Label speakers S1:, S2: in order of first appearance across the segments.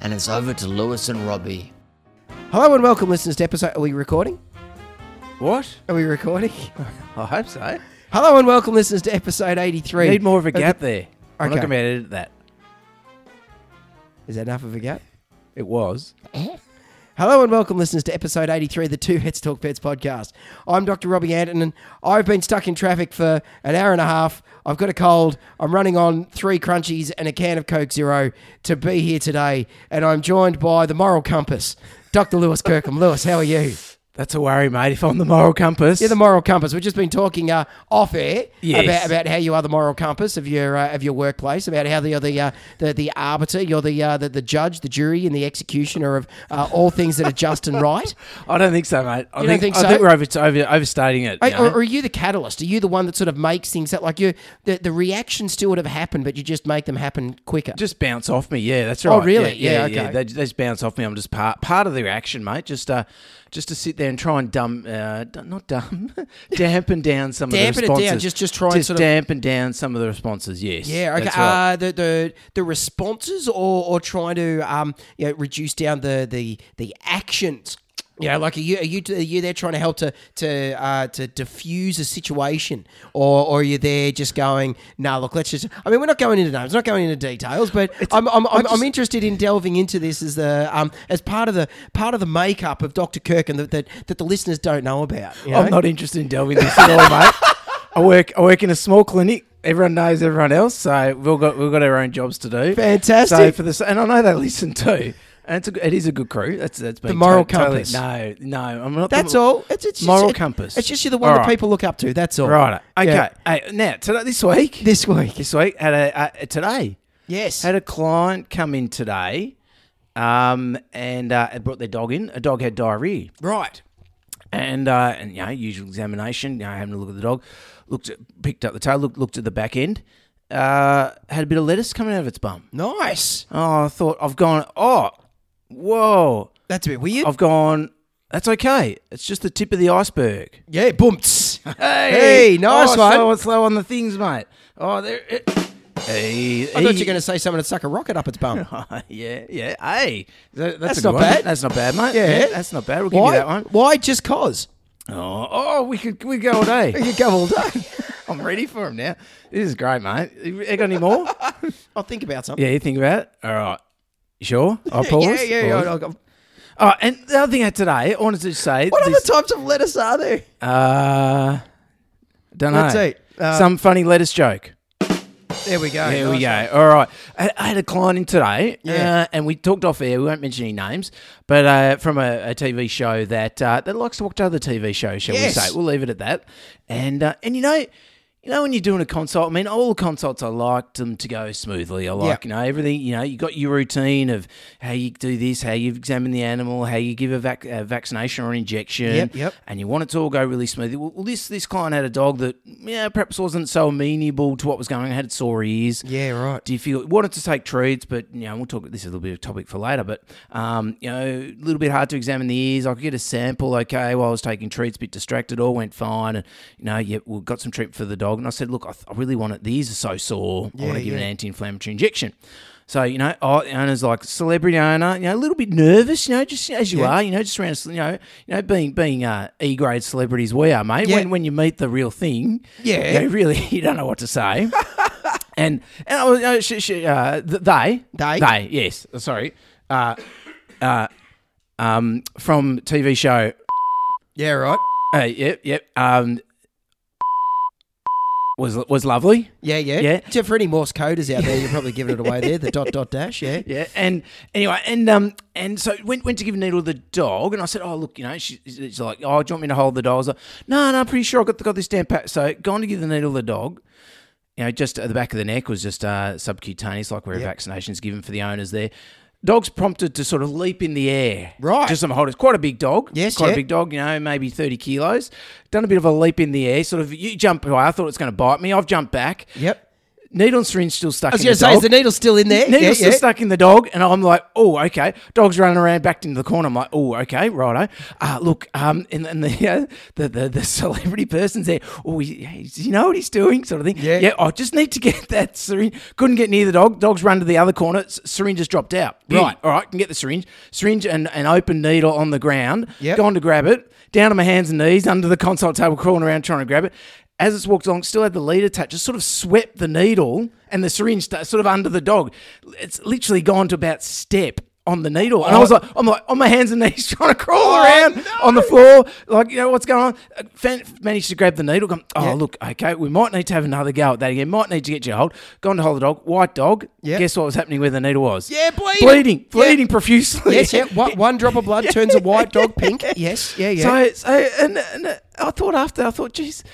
S1: and it's over to Lewis and Robbie.
S2: Hello and welcome, listeners, to episode. Are we recording?
S3: What?
S2: Are we recording?
S3: I hope so.
S2: Hello and welcome, listeners, to episode 83.
S3: Need more of a
S2: the-
S3: gap there. I'm not
S2: Okay.
S3: going to edit that.
S2: Is that enough of a gap?
S3: It was.
S2: Hello and welcome, listeners, to episode 83 of the Two Heads Talk Pets podcast. I'm Dr. Robbie Anton, and I've been stuck in traffic for an hour and a half. I've got a cold. I'm running on three crunchies and a can of Coke Zero to be here today, and I'm joined by the Moral Compass, Dr. Lewis Kirkham. Lewis, how are you?
S3: That's a worry, mate. If I'm the moral compass,
S2: Yeah, the moral compass. We've just been talking uh, off air
S3: Yes.
S2: about, about how you are the moral compass of your uh, of your workplace, about how you're the uh, the, the arbiter, you're the, uh, the the judge, the jury, and the executioner of uh, all things that are just and right.
S3: I don't think so, mate. I
S2: You don't
S3: think,
S2: think
S3: I
S2: so?
S3: think we're over, over overstating it.
S2: Are,
S3: you
S2: or,
S3: know?
S2: or are you the catalyst? Are you the one that sort of makes things that like you the the reactions still would have happened, but you just make them happen quicker?
S3: just bounce off me. Yeah, that's right.
S2: Oh, really? Yeah,
S3: Yeah, yeah.
S2: okay.
S3: They, they just bounce off me. I'm just part part of the reaction, mate. Just uh, just to sit there and try and dumb, uh, d- not dumb, dampen down some
S2: Dampen it
S3: of the
S2: down.
S3: responses.
S2: Just- just try and
S3: Just
S2: sort of-
S3: dampen down some of the responses. Yes.
S2: yeah, okay.
S3: That's right.
S2: uh, the, the the responses, or or trying to um you know reduce down the the the actions. You know, like are you are you are you there trying to help to to uh, to diffuse a situation, or or are you there just going, no, look, let's just. I mean, we're not going into names, not going into details, but I'm I'm, I'm, I'm interested in delving into this as the um as part of the part of the makeup of Doctor Kirk and that that that the listeners don't know about. you know?
S3: I'm not interested in delving this at all, mate. I work I work in a small clinic. Everyone knows everyone else, so we've all got we've got our own jobs to do.
S2: Fantastic.
S3: So for this, and I know they listen too. And it's a, good- it is a good crew. That's that's been
S2: The moral
S3: totally-
S2: compass.
S3: no, no, I'm not. the
S2: That's
S3: mo-
S2: all. It's, it's just-
S3: moral
S2: it-
S3: compass.
S2: It's just you're the one
S3: All
S2: that
S3: right.
S2: people look up to. That's all.
S3: Right. Okay.
S2: Yeah.
S3: Hey, now today, this week,
S2: This week.
S3: this week, had a uh, today
S2: Yes.
S3: had a client come in today, um, and uh, brought their dog in. A dog had diarrhea.
S2: right.
S3: and uh, and you know, usual examination. You know, having a look at the dog, looked at, picked up the tail, looked looked at the back end, uh, had a bit of lettuce coming out of its bum.
S2: Nice.
S3: Oh, I thought I've gone. Oh, whoa,
S2: That's a bit weird.
S3: I've gone. That's okay. It's just the tip of the iceberg.
S2: yeah, bumps.
S3: Hey,
S2: nice
S3: oh,
S2: one.
S3: Slow, and slow on the things, mate. Oh, there. It, hey,
S2: I thought you were going to say someone had stuck a rocket up its bum.
S3: to. yeah, yeah. Hey, that- that's,
S2: That's
S3: a good
S2: not
S3: one.
S2: bad.
S3: That's not bad, mate.
S2: Yeah.
S3: that's not bad. We'll give
S2: Why?
S3: you that one.
S2: Why just cause?
S3: Oh, oh, we could we go all day.
S2: You go all day.
S3: I'm ready for him now. This is great, mate. You got any more?
S2: I'll think about something.
S3: yeah, you think about it? All right. You sure? I'll pause.
S2: Yeah, yeah, yeah.
S3: Pause.
S2: I'll- I'll-
S3: All right, and the other thing I had today, I wanted to say.
S2: What
S3: this,
S2: other types of lettuce are there?
S3: uh, don't know.
S2: That's it. Uh,
S3: Some funny lettuce joke.
S2: There we go.
S3: There we
S2: Nice
S3: go.
S2: one.
S3: All right. I, I had a client in today,
S2: Yeah.
S3: uh, and we talked off air. We won't mention any names, but uh, from a, a TV show that uh, that likes to watch other TV shows, shall
S2: Yes.
S3: we say? We'll leave it at that. And uh, and you know. You know when you're doing a consult, I mean, all the consults I like them to go smoothly. I like, you know, everything. You know, you got your routine of how you do this, how you examine the animal, how you give a, vac- a vaccination or an injection,
S2: Yep, yep.
S3: and you want it to all go really smoothly. Well, well, this this client had a dog that, yeah, perhaps wasn't so amenable to what was going on. Had sore ears.
S2: Yeah, right.
S3: Do you feel wanted to take treats, but you know we'll talk. This is a little bit of a topic for later, but um, you know, a little bit hard to examine the ears. I could get a sample, okay, while I was taking treats, bit distracted, all went fine, and you know, yeah, we got some treatment for the dog, and I said, look, I, th- I really want it. The ears are so sore. I want to give an anti-inflammatory injection. So you know, oh, the owner's like celebrity owner, you know, a little bit nervous, you know, just as you are, you know, just around, you know, you know, being being uh, E grade celebrities we are, mate.
S2: Yeah.
S3: When when you meet the real thing,
S2: Yeah.
S3: you know, really, you don't know what to say. And and I was, uh, she, she, uh, th- they
S2: They?
S3: they yes sorry uh, uh, um, from TV show
S2: Yeah, right.
S3: uh, yep yep um, was was lovely
S2: Yeah, yeah.
S3: Yeah.
S2: Except for any Morse coders out there, you're probably giving it away there. The dot, dot, dash. Yeah.
S3: yeah and anyway and um and so went went to give a needle to the dog and I said oh look you know she, she's like oh do you want me to hold the dog I was like no no I'm pretty sure I got got this down pat so gone to give the needle to the dog you know, just at the back of the neck was just uh, subcutaneous, like where a vaccination's given for the owners there. Dog's prompted to sort of leap in the air.
S2: Right.
S3: To some holders. Quite a big dog.
S2: Yes,
S3: Quite
S2: yeah.
S3: a big dog, you know, maybe 30 kilos. Done a bit of a leap in the air. Sort of, you jump away. I thought it's going to bite me. I've jumped back.
S2: Yep.
S3: Needle and syringe still stuck
S2: I was
S3: in the
S2: going to say,
S3: dog.
S2: is the needle still in there?
S3: Needle's still stuck in the dog, and I'm like, oh, okay. Dog's running around back into the corner. I'm like, oh, okay, righto. Uh, look, um, and, and the, uh, the the the celebrity person's there. Oh, he, he's, you know what he's doing, sort of thing.
S2: Yeah.
S3: yeah. I just need to get that syringe. Couldn't get near the dog. Dog's run to the other corner. S- syringe has dropped out. Beauty.
S2: Right.
S3: All right. Can get the syringe. Syringe and an open needle on the ground.
S2: Yep.
S3: Gone to grab it. Down on my hands and knees under the console table, crawling around trying to grab it. As it's walked along, still had the lead attached. Just sort of swept the needle and the syringe sta- sort of under the dog. It's literally gone to about step on the needle, and I
S2: Oh.
S3: was like, I'm like on my hands and knees trying to crawl around on the floor, like you know what's going on. Uh, Fan- managed to grab the needle. Gone, oh look, okay, we might need to have another go at that again. Might need to get you a hold. Gone to hold the dog. White dog.
S2: Yeah.
S3: Guess what was happening where the needle was?
S2: Yeah, bleeding.
S3: bleeding,
S2: Yeah.
S3: bleeding profusely.
S2: Yes, yeah. One, one drop of blood turns a white dog pink. Yes, yeah, yeah.
S3: So, so and, and uh, I thought after, I thought, geez,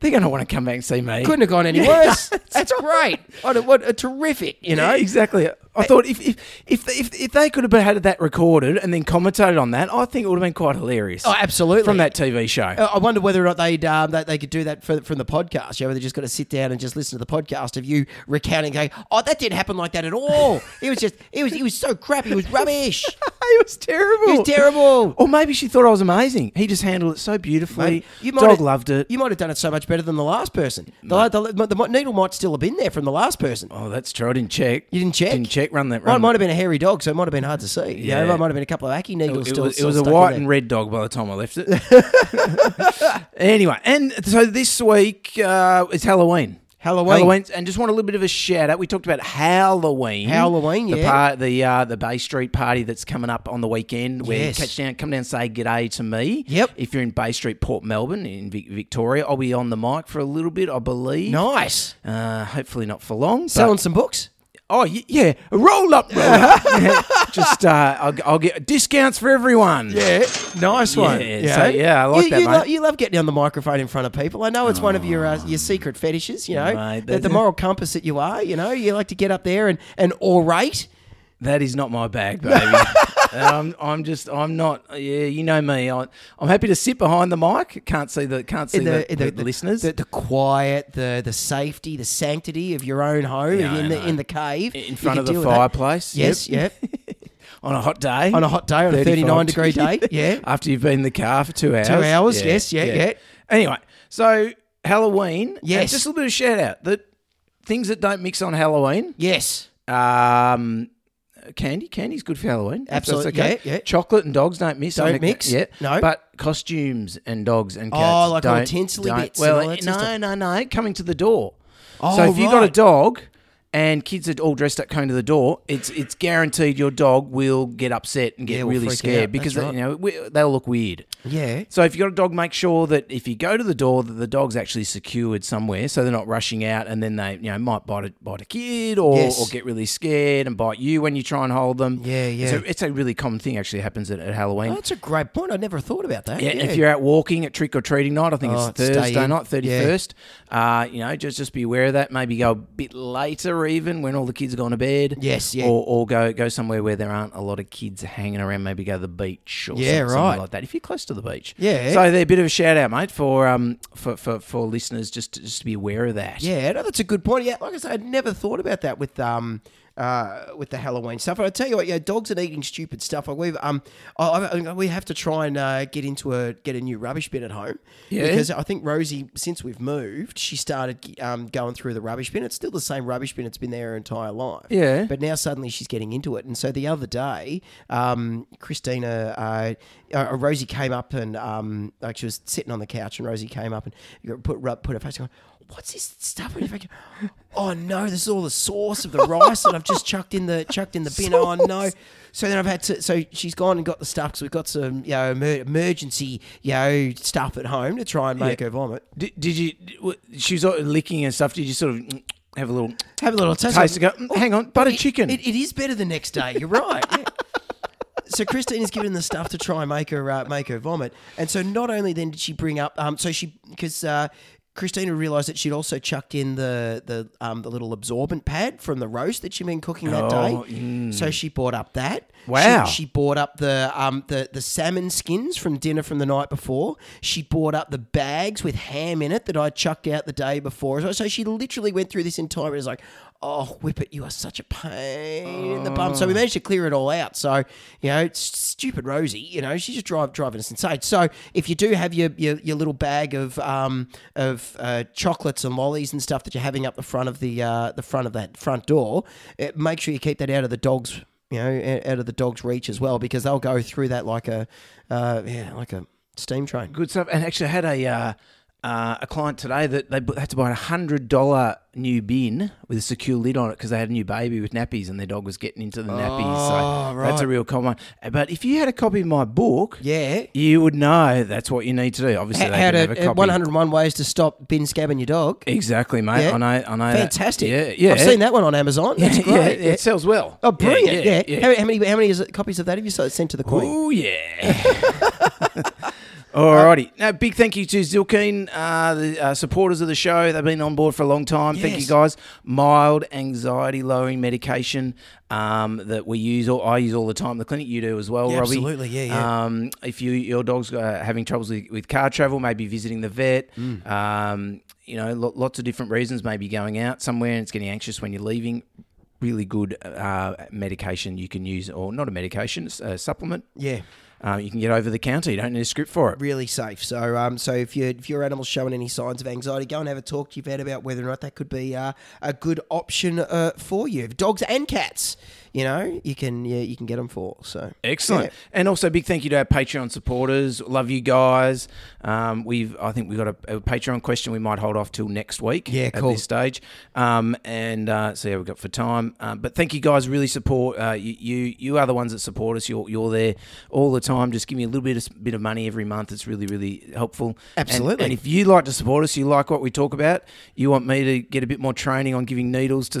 S3: they're going to want to come back and see me.
S2: Couldn't have gone any worse. That's great. What a, what a terrific, you know.
S3: Yeah, exactly. I thought if if if if, if they could have been- had that recorded and then commentated on that, I think it would have been quite hilarious.
S2: Oh, absolutely.
S3: From that TV show.
S2: Uh, I wonder whether or not they'd um, that they could do that for, from the podcast. You know, they just got to sit down and just listen to the podcast of you recounting, going, "Oh, that didn't happen like that at all. It was just, it was, it was so crap. It was rubbish.
S3: it was terrible.
S2: It was terrible."
S3: Or maybe she thought I was amazing. He just handled it so beautifully.
S2: Mate,
S3: Dog
S2: have-
S3: loved it.
S2: You might have done it so much better than the last person. The, the, the, the needle might still have been there from the last person.
S3: oh, that's true. I didn't check.
S2: You didn't check.
S3: Didn't check. Run that.
S2: Might,
S3: Run
S2: might have been a hairy dog, so it might have been hard to see. Yeah,
S3: Yeah.
S2: it might have been a couple of acky
S3: It
S2: needles
S3: was, it
S2: still.
S3: was- it
S2: still
S3: was a
S2: stuck in
S3: white
S2: there.
S3: and red dog by the time I left it. anyway, and so this week uh, is Halloween.
S2: Halloween.
S3: Halloween, and just want a little bit of a shout out. We talked about Halloween,
S2: Halloween,
S3: the
S2: yeah.
S3: par- the uh, the Bay Street party that's coming up on the weekend. Where
S2: Yes.
S3: catch down, come down, and say g'day to me.
S2: Yep.
S3: If you're in Bay Street, Port Melbourne, in Vic- Victoria, I'll be on the mic for a little bit, I believe.
S2: Nice.
S3: Uh, hopefully not for long. but-
S2: Selling some books.
S3: Oh y- yeah, roll up, roll up. Yeah, Just uh, I'll, I'll get discounts for everyone.
S2: Yeah, nice one.
S3: Yeah, so, yeah, I like
S2: you,
S3: that,
S2: You,
S3: mate. Oh.
S2: lo- you love getting on the microphone in front of people. I know it's one of your uh, your secret fetishes. You know,
S3: Mate,
S2: the, the
S3: that-
S2: moral compass that you are. You know, you like to get up there and and orate.
S3: That is not my bag, baby. I'm, I'm just, I'm not. Yeah, you know me. I, I'm happy to sit behind the mic. Can't see the, can't see the, the, listeners.
S2: the, the quiet, the the safety, the sanctity of your own home
S3: Yeah,
S2: in
S3: I
S2: the
S3: know.
S2: in the cave,
S3: in
S2: You
S3: front
S2: can
S3: of the
S2: deal with that.
S3: fireplace.
S2: Yes,
S3: yep.
S2: yep.
S3: On a hot day.
S2: on a hot day, on a 39 degree day. Yeah,
S3: After you've been in the car for two hours.
S2: hours, yes, yeah, yeah.
S3: Anyway, so Halloween. and
S2: Yes.
S3: Just a little bit of shout out that things that don't mix on Halloween.
S2: yes.
S3: Um, candy, candy's good for Halloween. That's
S2: Absolute-
S3: okay.
S2: yeah, yeah.
S3: Chocolate and dogs don't miss. I
S2: Don't
S3: think-
S2: mix,
S3: Yeah,
S2: no.
S3: But costumes and dogs and
S2: Oh, like
S3: cats.
S2: all
S3: don't,
S2: the tinsely
S3: don't-
S2: bits and
S3: Well,
S2: all that
S3: no,
S2: sort of stuff.
S3: no, no. Coming to the door.
S2: Oh,
S3: so if you've got a
S2: right.
S3: dog and kids are all dressed up coming to the door, it's it's guaranteed your dog will get upset and get
S2: Yeah, will
S3: really
S2: freak out.
S3: scared because
S2: That's
S3: you know we, they'll look weird.
S2: Yeah.
S3: So if you've got a dog, make sure that if you go to the door, that the dog's actually secured somewhere, so they're not rushing out, and then they, you know, might bite a, bite a kid or,
S2: Yes.
S3: or get really scared and bite you when you try and hold them.
S2: Yeah, yeah.
S3: So it's a really common thing actually happens at, at Halloween.
S2: Oh, that's a great point. I never thought about that.
S3: yeah, and if you're out walking at trick or treating night, I think
S2: Oh,
S3: it's
S2: stay
S3: Thursday
S2: in.
S3: night, thirty
S2: Yeah.
S3: first. Uh, you know, just just be aware of that. Maybe go a bit later, even when all the kids are gone to bed.
S2: Yes, yeah.
S3: Or, or go go somewhere where there aren't a lot of kids hanging around. Maybe go to the beach or
S2: Yeah,
S3: some- somewhere
S2: right.
S3: like that. If you're close to the beach.
S2: Yeah.
S3: So they're a bit of a shout out, mate, for um for for, for listeners just to, just to be aware of that.
S2: Yeah, no, that's a good point. Yeah, like I said, I'd never thought about that with um uh with the Halloween stuff. And I tell you what, yeah, dogs and eating stupid stuff. Like we've um, I, I, I- we have to try and uh, get into a get a new rubbish bin at home.
S3: Yeah.
S2: Because I think Rosie, since we've moved, she started um going through the rubbish bin. It's still the same rubbish bin. It's been there her entire life.
S3: Yeah.
S2: But now suddenly she's getting into it. And so the other day, um, Christina, uh, uh, Rosie came up and um, like she was sitting on the couch, and Rosie came up and put rub- put her face on. What's this stuff? in your face?" Oh no! This is all the sauce of the rice that I've just chucked in the chucked in the bin. Oh no! So then I've had to. So she's gone and got the stuff because we've got some you know emer- emergency you know stuff at home to try and make her vomit.
S3: Did, did you? w- She was sort of licking and stuff. Did you sort of have a little
S2: Have a little taste.
S3: taste and go? "Mm, Hang on, butter
S2: It-
S3: chicken.
S2: It, it is better the next day. You're right. yeah. So Christine is given the stuff to try and make her uh, make her vomit, and so not only then did she bring up, um, so she because uh, Christina realised that she'd also chucked in the the um, the little absorbent pad from the roast that she'd been cooking that
S3: Oh,
S2: day. So she bought up that.
S3: Wow.
S2: She, she bought up the um the the salmon skins from dinner from the night before. She bought up the bags with ham in it that I chucked out the day before. So- So she literally went through this entire. It was like, oh, Whippet, you are such a pain in the bum. So we managed to clear it all out. So you know, it's stupid Rosie. You know, she's just drive, driving us insane. So if you do have your your, your little bag of um of uh, chocolates and lollies and stuff that you're having up the front of the uh, the front of that front door, uh make sure you keep that out of the dogs. You know, o- out of the dog's reach as well, because they'll go through that like a, uh, yeah, like a steam train.
S3: Good stuff. And actually, I had a uh, uh, a client today that they bu- had to buy a hundred dollar new bin with a secure lid on it because they had a new baby with nappies and their dog was getting into the nappies.
S2: Oh,
S3: So that's a real common one. But if you had a copy of my book,
S2: Yeah.
S3: you would know that's what you need to do. Obviously, they
S2: How
S3: didn't
S2: to
S3: have a
S2: uh,
S3: copy.
S2: 101 ways to stop bin scabbing your dog.
S3: Exactly, mate.
S2: Yeah.
S3: I know. I know. that.
S2: Fantastic.
S3: Yeah, yeah.
S2: I've seen that one on Amazon. That's
S3: Yeah,
S2: great.
S3: yeah, it sells well.
S2: Oh, brilliant. Yeah.
S3: yeah.
S2: How, how many how many is it, copies of that have you so- sent to the Queen?
S3: Oh yeah. Alrighty. Now, big thank you to Zilkeen, uh, the uh, supporters of the show. They've been on board for a long time. Thank you
S2: Yes.
S3: guys. Mild anxiety lowering medication um, that we use, or I use all the time. in The clinic you do as well,
S2: Yeah,
S3: Robbie.
S2: absolutely. Yeah, yeah.
S3: Um, if you your dog's uh, having troubles with, with car travel, maybe visiting the vet.
S2: Mm.
S3: Um, you know, lo- lots of different reasons. Maybe going out somewhere and it's getting anxious when you're leaving. Really good uh, medication you can use, or not a medication, it's a supplement.
S2: Yeah.
S3: Um, you can get over the counter. You don't need a script for it.
S2: Really safe. So, um, so if your if your animal's showing any signs of anxiety, go and have a talk to your vet about whether or not that could be uh, a good option uh, for you. Dogs and cats, you know, you can yeah, you can get them for. So
S3: Excellent. And also, big thank you to our Patreon supporters. Love you guys. Um, we've, I think we've got a, a Patreon question we might hold off till next week.
S2: Yeah,
S3: at
S2: cool.
S3: this stage. Um, and uh, see how we've got for time. Um, but thank you guys. Really support uh, you, you. You are the ones that support us. You're, you're there all the time. Just give me a little bit of, bit of money every month. It's really, really helpful. And-
S2: Absolutely.
S3: and if you like to support us, you like what we talk about, you want me to get a bit more training on giving needles to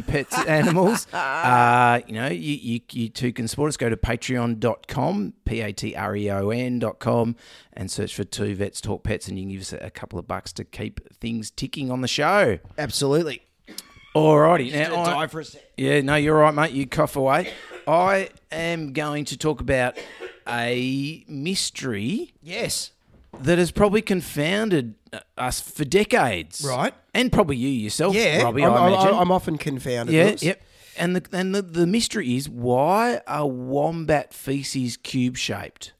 S3: pets animals, uh, you know, you, you, you too can support us. Go to patreon.com, P A T R E O N.com, and search for Two Vets Talk Pets, and you can give us a, a couple of bucks to keep things ticking on the show.
S2: yeah, absolutely.
S3: Alrighty. Now, I-
S2: Die for a sec.
S3: yeah, no, you're right, mate. You cough away. I am going to talk about a mystery
S2: Yes.
S3: that has probably confounded uh, us for decades.
S2: Right.
S3: And probably you yourself,
S2: Yeah.
S3: Oh, Robbie, i
S2: I'm, I'm-
S3: imagine.
S2: I'm often confounded.
S3: yeah,
S2: Lewis.
S3: yep. And the and the, the mystery is why are wombat feces cube shaped?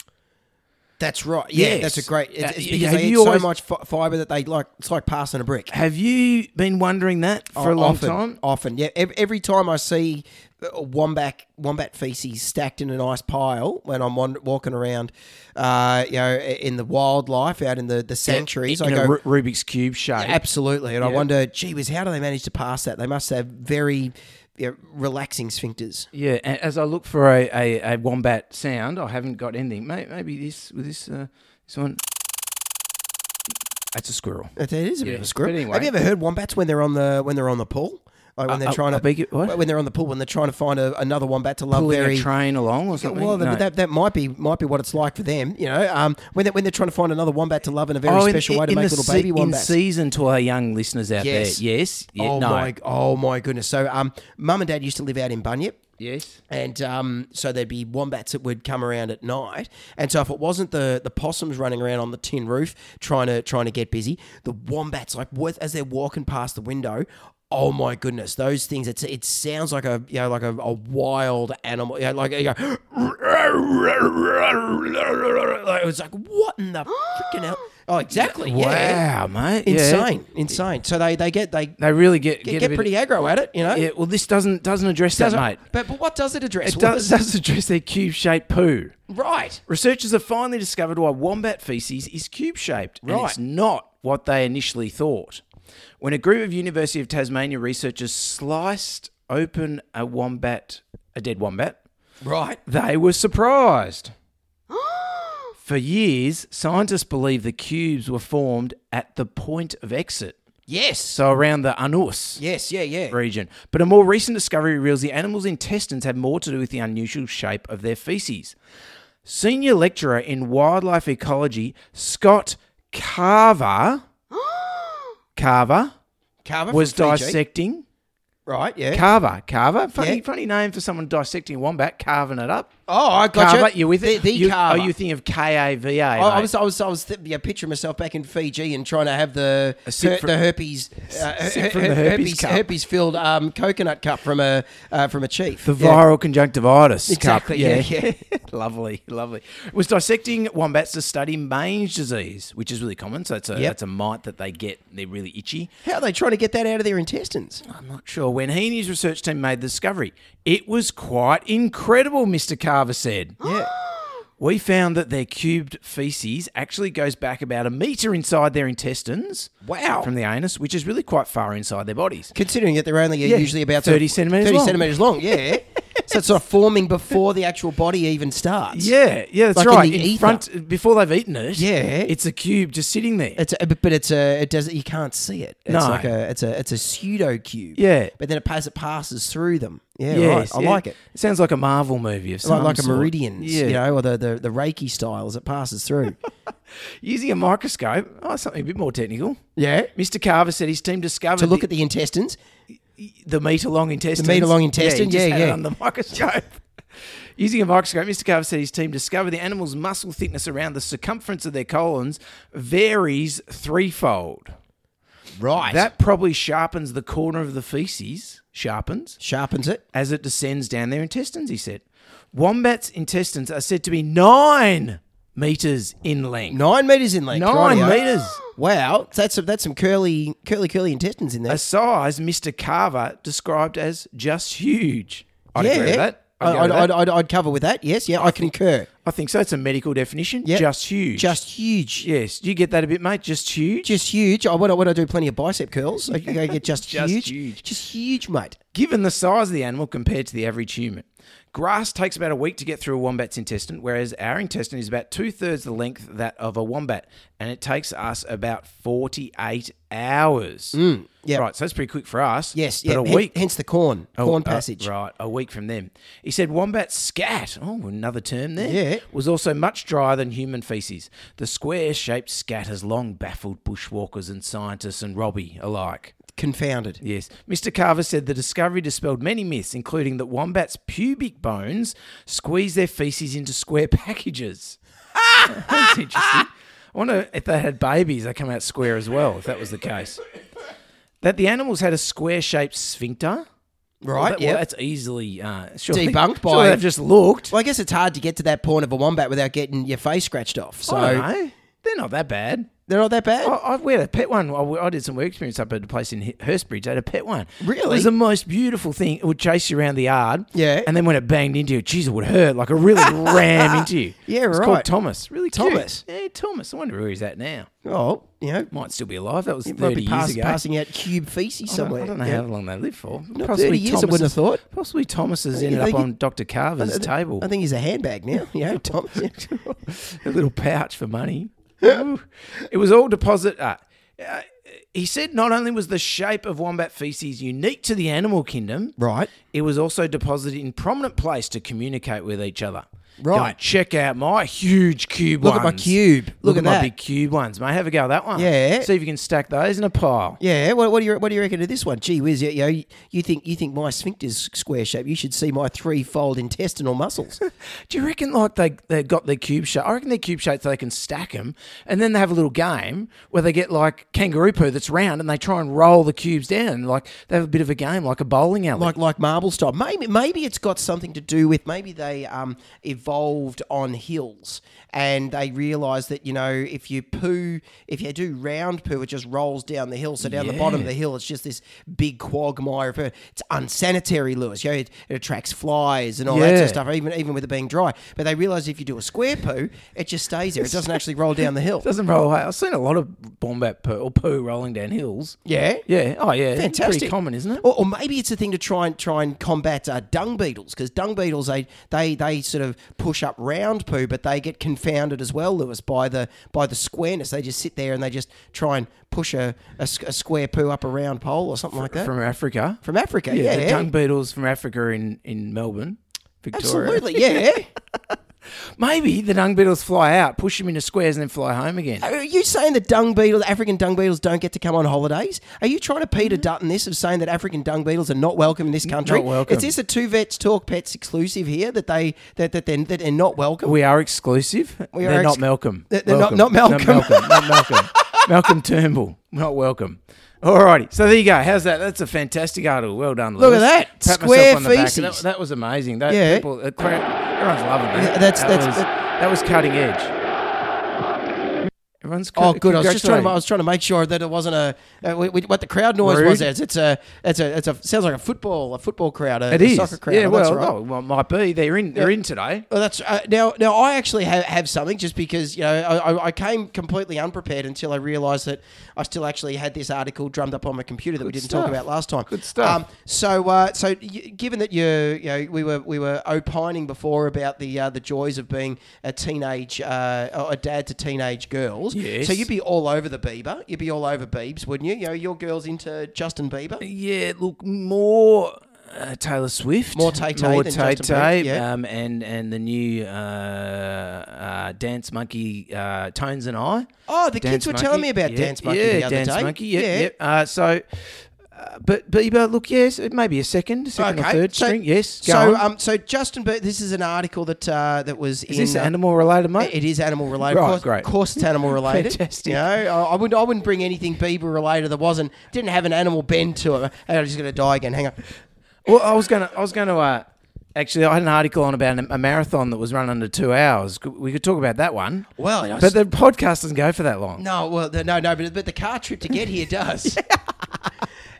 S2: That's right. Yeah,
S3: Yes.
S2: that's a great.
S3: Uh,
S2: It's, it's
S3: y-
S2: because
S3: have
S2: they eat
S3: you always-
S2: so much fi- fiber that they like. It's like passing a brick.
S3: Have you been wondering that for a long
S2: often,
S3: time?
S2: Often, yeah. Every, every time I see uh, wombat wombat feces stacked in a nice pile when I'm wand- walking around, uh, you know, in the wildlife out in the the sanctuaries,
S3: In
S2: I
S3: a
S2: go.
S3: Ru- Rubik's cube shape.
S2: Absolutely, and I wonder, gee whiz, how do they manage to pass that? They must have very you know, relaxing sphincters.
S3: Yeah, a- as I look for a, a, a wombat sound, I haven't got anything. May- Maybe this with this uh, this one. That's a squirrel.
S2: It is a bit of
S3: Yeah,
S2: a squirrel.
S3: but anyway.
S2: Have you ever heard wombats when they're on the when they're on the pool, like when they're
S3: uh,
S2: trying
S3: I
S2: to
S3: beg your- what?
S2: when they're on the pool when they're trying to find a, another wombat to love
S3: Pulling
S2: very
S3: a train along or something.
S2: Well,
S3: No.
S2: that, that, that might be might be what it's like for them, you know. Um, when they, when they're trying to find another wombat to love in a very
S3: Oh, in-
S2: special way to
S3: in
S2: make
S3: the
S2: little
S3: se-
S2: baby
S3: in
S2: wombats.
S3: season to our young listeners out
S2: Yes.
S3: there. Yes. Ye-
S2: oh
S3: no.
S2: my! Oh my goodness! So, um, mum and dad used to live out in Bunyip.
S3: Yes.
S2: And um, so there'd be wombats that would come around at night. And so if it wasn't the, the possums running around on the tin roof trying to trying to get busy, the wombats like with- as they're walking past the window. Oh my goodness! Those things. It's it sounds like a you know like a, a wild animal. You know, like you go, like, it was like what in the freaking hell? Oh, exactly. Yeah.
S3: Wow, mate. Yeah.
S2: Insane, insane. So they they get they get,
S3: They really get get, a bit-
S2: pretty aggro at it. You know.
S3: Yeah. Well, this doesn't doesn't address that, mate.
S2: But, but what does it address?
S3: It
S2: What
S3: does, does address their cube shaped poo.
S2: Right.
S3: Researchers have finally discovered why wombat feces is cube shaped, and
S2: Right.
S3: it's not what they initially thought. When a group of University of Tasmania researchers sliced open a wombat, a dead wombat,
S2: Right.
S3: They were surprised. For years, scientists believed the cubes were formed at the point of exit,
S2: Yes.
S3: so around the anus
S2: Yes. Yeah. Yeah.
S3: region. But a more recent discovery reveals the animal's intestines have more to do with the unusual shape of their feces. Senior lecturer in wildlife ecology, Scott Carver, Carver
S2: Carver from
S3: was
S2: Fiji.
S3: dissecting
S2: Right, yeah.
S3: Carver. Carver, funny,
S2: Yeah.
S3: funny name for someone dissecting a wombat, carving it up.
S2: oh, I
S3: Carver,
S2: gotcha.
S3: you with it?
S2: The, the
S3: you,
S2: Carver.
S3: Oh, you think of K A V A?
S2: I, I was, I was, I was th- yeah, picturing myself back in Fiji and trying to have the
S3: sip
S2: her,
S3: from-
S2: the herpes, uh,
S3: sip
S2: her-
S3: from the
S2: her-
S3: herpes cup.
S2: herpes filled um, coconut cup from a uh, from a chief.
S3: The
S2: Yeah.
S3: viral conjunctivitis.
S2: Exactly,
S3: cup.
S2: yeah,
S3: lovely, lovely. Was dissecting wombats to study mange disease, which is really common. So it's a
S2: Yep.
S3: it's a mite that they get. They're really itchy.
S2: How are they trying to get that out of their intestines?
S3: I'm not sure when he and his research team made the discovery. It was quite incredible, Mr. Carver said.
S2: Yeah.
S3: We found that their cubed feces actually goes back about a meter inside their intestines.
S2: Wow.
S3: From the anus, which is really quite far inside their bodies.
S2: Considering that they're only uh, usually about
S3: 30 centimetres
S2: 30
S3: long.
S2: centimetres long, yeah. so it's sort of forming before the actual body even starts.
S3: Yeah, yeah, that's
S2: Like in
S3: right.
S2: the
S3: In,
S2: ether.
S3: front before they've eaten it.
S2: Yeah.
S3: it's a cube just sitting there.
S2: It's a, but it's a it does you can't see it. It's
S3: No.
S2: like a it's a it's a pseudo cube.
S3: Yeah.
S2: But then it passes it passes through them. Yeah,
S3: Yes,
S2: right. I
S3: yeah.
S2: like it.
S3: It sounds like a Marvel movie of
S2: It's like,
S3: some
S2: like a
S3: sort.
S2: meridians,
S3: Yeah.
S2: you know, or the, the, the Reiki styles it passes through.
S3: Using a microscope, oh, something a bit more technical.
S2: yeah.
S3: Mr. Carver said his team discovered
S2: To look
S3: the,
S2: at the intestines.
S3: the meter long intestine.
S2: meter-long intestine, yeah, yeah.
S3: On the microscope. Using a microscope, Mr. Carver said his team discovered the animal's muscle thickness around the circumference of their colons varies threefold.
S2: Right.
S3: That probably sharpens the corner of the feces, sharpens,
S2: sharpens it.
S3: as it descends down their intestines, he said. Wombats' intestines are said to be nine meters in length.
S2: Nine eh? meters in length.
S3: Nine
S2: rightio.
S3: metres.
S2: Wow. That's some, that's some curly curly curly intestines in there.
S3: a size Mr. Carver described as just huge. I'd agree with that. I'd
S2: I'd,
S3: go with
S2: I'd,
S3: that.
S2: I'd, I'd, cover with that. Yes. Yeah. I concur.
S3: I think so. It's a medical definition.
S2: Yep.
S3: Just huge.
S2: Just huge.
S3: yes. You get that a bit, mate. Just huge.
S2: Just huge. I want to, want to do plenty of bicep curls. I can go get just,
S3: Just
S2: huge.
S3: huge.
S2: Just huge, mate.
S3: Given the size of the animal compared to the average human, grass takes about a week to get through a wombat's intestine, whereas our intestine is about two thirds the length of that of a wombat, and it takes us about forty-eight hours.
S2: Mm, yep.
S3: Right. So that's pretty quick for us.
S2: Yes.
S3: But
S2: Yeah.
S3: a
S2: Hen-
S3: week.
S2: Hence the corn.
S3: Oh,
S2: corn
S3: uh,
S2: passage.
S3: right, a week from them. He said wombat scat, oh, another term there,
S2: Yeah.
S3: was also much drier than human feces. The square shaped scat has long baffled bushwalkers and scientists and Robbie alike.
S2: Confounded.
S3: Yes. Mr. Carver said the discovery dispelled many myths, including that wombats' pubic bones squeeze their feces into square packages. That's interesting. I wonder if they had babies, they come out square as well, if that was the case. That the animals had a square shaped sphincter. Well,
S2: Right.
S3: that- well,
S2: Yeah.
S3: that's easily uh, surely-
S2: Debunked
S3: surely
S2: by-
S3: they've just looked.
S2: Well, I guess it's hard to get to that point of a wombat without getting your face scratched off. So
S3: I don't know. They're not that bad.
S2: they're not that bad.
S3: I, I we had a pet one. I, I did some work experience up at a place in Hi- Hurstbridge. They had a pet one. It
S2: Really?
S3: was the most beautiful thing. It would chase you around the yard.
S2: Yeah.
S3: And then when it banged into you, geez, it would hurt like a really ram into you.
S2: Yeah,
S3: It's
S2: right.
S3: called Thomas. Really cute.
S2: Thomas.
S3: Yeah, Thomas. I wonder where he's at now.
S2: Oh, you know,
S3: Might still be alive. That was
S2: it might
S3: 30
S2: be
S3: years
S2: pass,
S3: ago.
S2: passing out cube feces
S3: I don't-
S2: somewhere.
S3: I don't know
S2: Yeah.
S3: how long they lived for.
S2: Not 30 years, I wouldn't have thought.
S3: Possibly Thomas has ended
S2: think
S3: up
S2: he-
S3: on Dr. Carver's
S2: I thi-
S3: table.
S2: I think he's a handbag now. You know, Tom.
S3: a little pouch for money. Ooh. it was all deposit. Uh, uh, he said not only was the shape of wombat feces unique to the animal kingdom,
S2: right.
S3: it was also deposited in prominent place to communicate with each other.
S2: Right.
S3: Going, check out my huge cube
S2: Look
S3: ones.
S2: at my cube.
S3: Look, at, my
S2: that.
S3: big cube ones. Mate, have a go at that one.
S2: Yeah.
S3: See if you can stack those in a pile.
S2: Yeah. What, what do you What do you reckon of this one? Gee whiz, you, you, know, you- you think you think my sphincter's square shape? You should see my threefold intestinal muscles.
S3: Do you reckon like they they got their cube shape? I reckon they're cube shaped so they can stack them, and then they have a little game where they get like kangaroo poo that's round, and they try and roll the cubes down. Like they have a bit of a game, like a bowling alley.
S2: like like marble style. Maybe maybe it's got something to do with maybe they um, evolved on hills and they realised that you know if you poo if you do round poo it just rolls down the hill. So down the bottom of the hill it's just this big quagmire of poo. It's unsanitary, Lewis. You know, it, it attracts flies and all that sort
S3: Yeah.
S2: of stuff. Even even with it being dry, but they realised if you do a square poo it just stays there. It doesn't actually roll down the hill.
S3: doesn't roll away. I've seen a lot of bombat poo or poo rolling down hills.
S2: Yeah.
S3: Yeah. Oh yeah.
S2: Fantastic,
S3: Pretty common, isn't it?
S2: Or, or maybe it's a thing to try and try and combat uh, dung beetles because dung beetles they, they they sort of push up round poo, but they get confounded as well, Lewis, by the by the squareness. They just sit there and they just try and push a, a, s- a square poo up a round pole or something like that from,
S3: From Africa.
S2: Africa.
S3: yeah.
S2: Yeah,
S3: The dung beetles from Africa in in Melbourne, Victoria.
S2: absolutely. Yeah,
S3: Maybe the dung beetles fly out, push them into squares, and then fly home again.
S2: Are you saying that dung beetles, African dung beetles, don't get to come on holidays? Are you trying to
S3: Mm-hmm.
S2: Peter Dutton this of saying that African dung beetles are not welcome in this country?
S3: not welcome.
S2: Is this a two vets talk pets exclusive here that they that that they're, that they're not welcome?
S3: We are exclusive.
S2: We
S3: they're
S2: are
S3: not
S2: ex-
S3: Malcolm.
S2: They're- they're not-
S3: Welcome.
S2: not Malcolm.
S3: Not Malcolm. not Malcolm. Malcolm Turnbull. Not welcome. Alrighty, so there you go. How's that? That's a fantastic article. Well done,
S2: Look at
S3: Lewis.
S2: that.
S3: Pat myself
S2: Square
S3: on the back.
S2: feces.
S3: That, that was amazing. That
S2: Yeah.
S3: people, uh, cra- everyone's loving that.
S2: Yeah, that's-
S3: that
S2: that's-
S3: was,
S2: that-
S3: that was cutting edge. Everyone's
S2: Oh, good. I was just trying. To, I
S3: congratulating.
S2: was trying to make sure that it wasn't a uh, we, we, what the crowd noise
S3: Rude.
S2: was. It's, it's a it's a it's a sounds like a football a football crowd. A,
S3: It
S2: a
S3: is.
S2: soccer crowd.
S3: Yeah,
S2: Oh, that's
S3: well,
S2: right.
S3: oh, well, might be. They're in. They're in today.
S2: Well, that's uh, now. Now, I actually have, have something just because you know I, I- I came completely unprepared until I realised that I still actually had this article drummed up on my computer that we didn't talk
S3: stuff.
S2: about last time.
S3: Good stuff.
S2: so, uh, so y- given that you, you know, we were we were opining before about the uh, the joys of being a teenage, uh, or a dad to teenage girls.
S3: Yes.
S2: So you'd be all over the Bieber. You'd be all over Biebs, wouldn't you? You know, your girls into Justin Bieber.
S3: Yeah, look, more uh, Taylor Swift,
S2: More Tay-Tay
S3: more
S2: than Justin
S3: Tay-Tay,
S2: Bieber, yeah.
S3: um, and and the new uh, uh, Dance Monkey uh, Tones and I.
S2: Oh, the
S3: Dance
S2: kids were
S3: Monkey,
S2: telling me about
S3: yeah,
S2: Dance Monkey
S3: yeah,
S2: the other
S3: Dance
S2: day.
S3: Monkey, yeah, yeah. Uh, so. Uh, but Bieber, look, yes, it may be a second, second or third
S2: so-
S3: string, yes. Go
S2: so,
S3: on.
S2: um, so Justin, Bieber. this is an article that uh, that was
S3: is
S2: in.
S3: this
S2: uh,
S3: animal related, mate?
S2: it is animal related.
S3: Right,
S2: of course,
S3: great.
S2: Of course, it's animal related.
S3: Fantastic.
S2: You know, I, I wouldn't. I wouldn't bring anything Bieber related that wasn't didn't have an animal bend to it. Hey, I'm just gonna die again. Hang on.
S3: Well, I was gonna, I was gonna. Uh, actually, I had an article on about a marathon that was run under two hours. Could- We could talk about that one.
S2: Well, I
S3: but the podcast doesn't go for that long.
S2: No, well, the, no, no, but, but the car trip to get here does.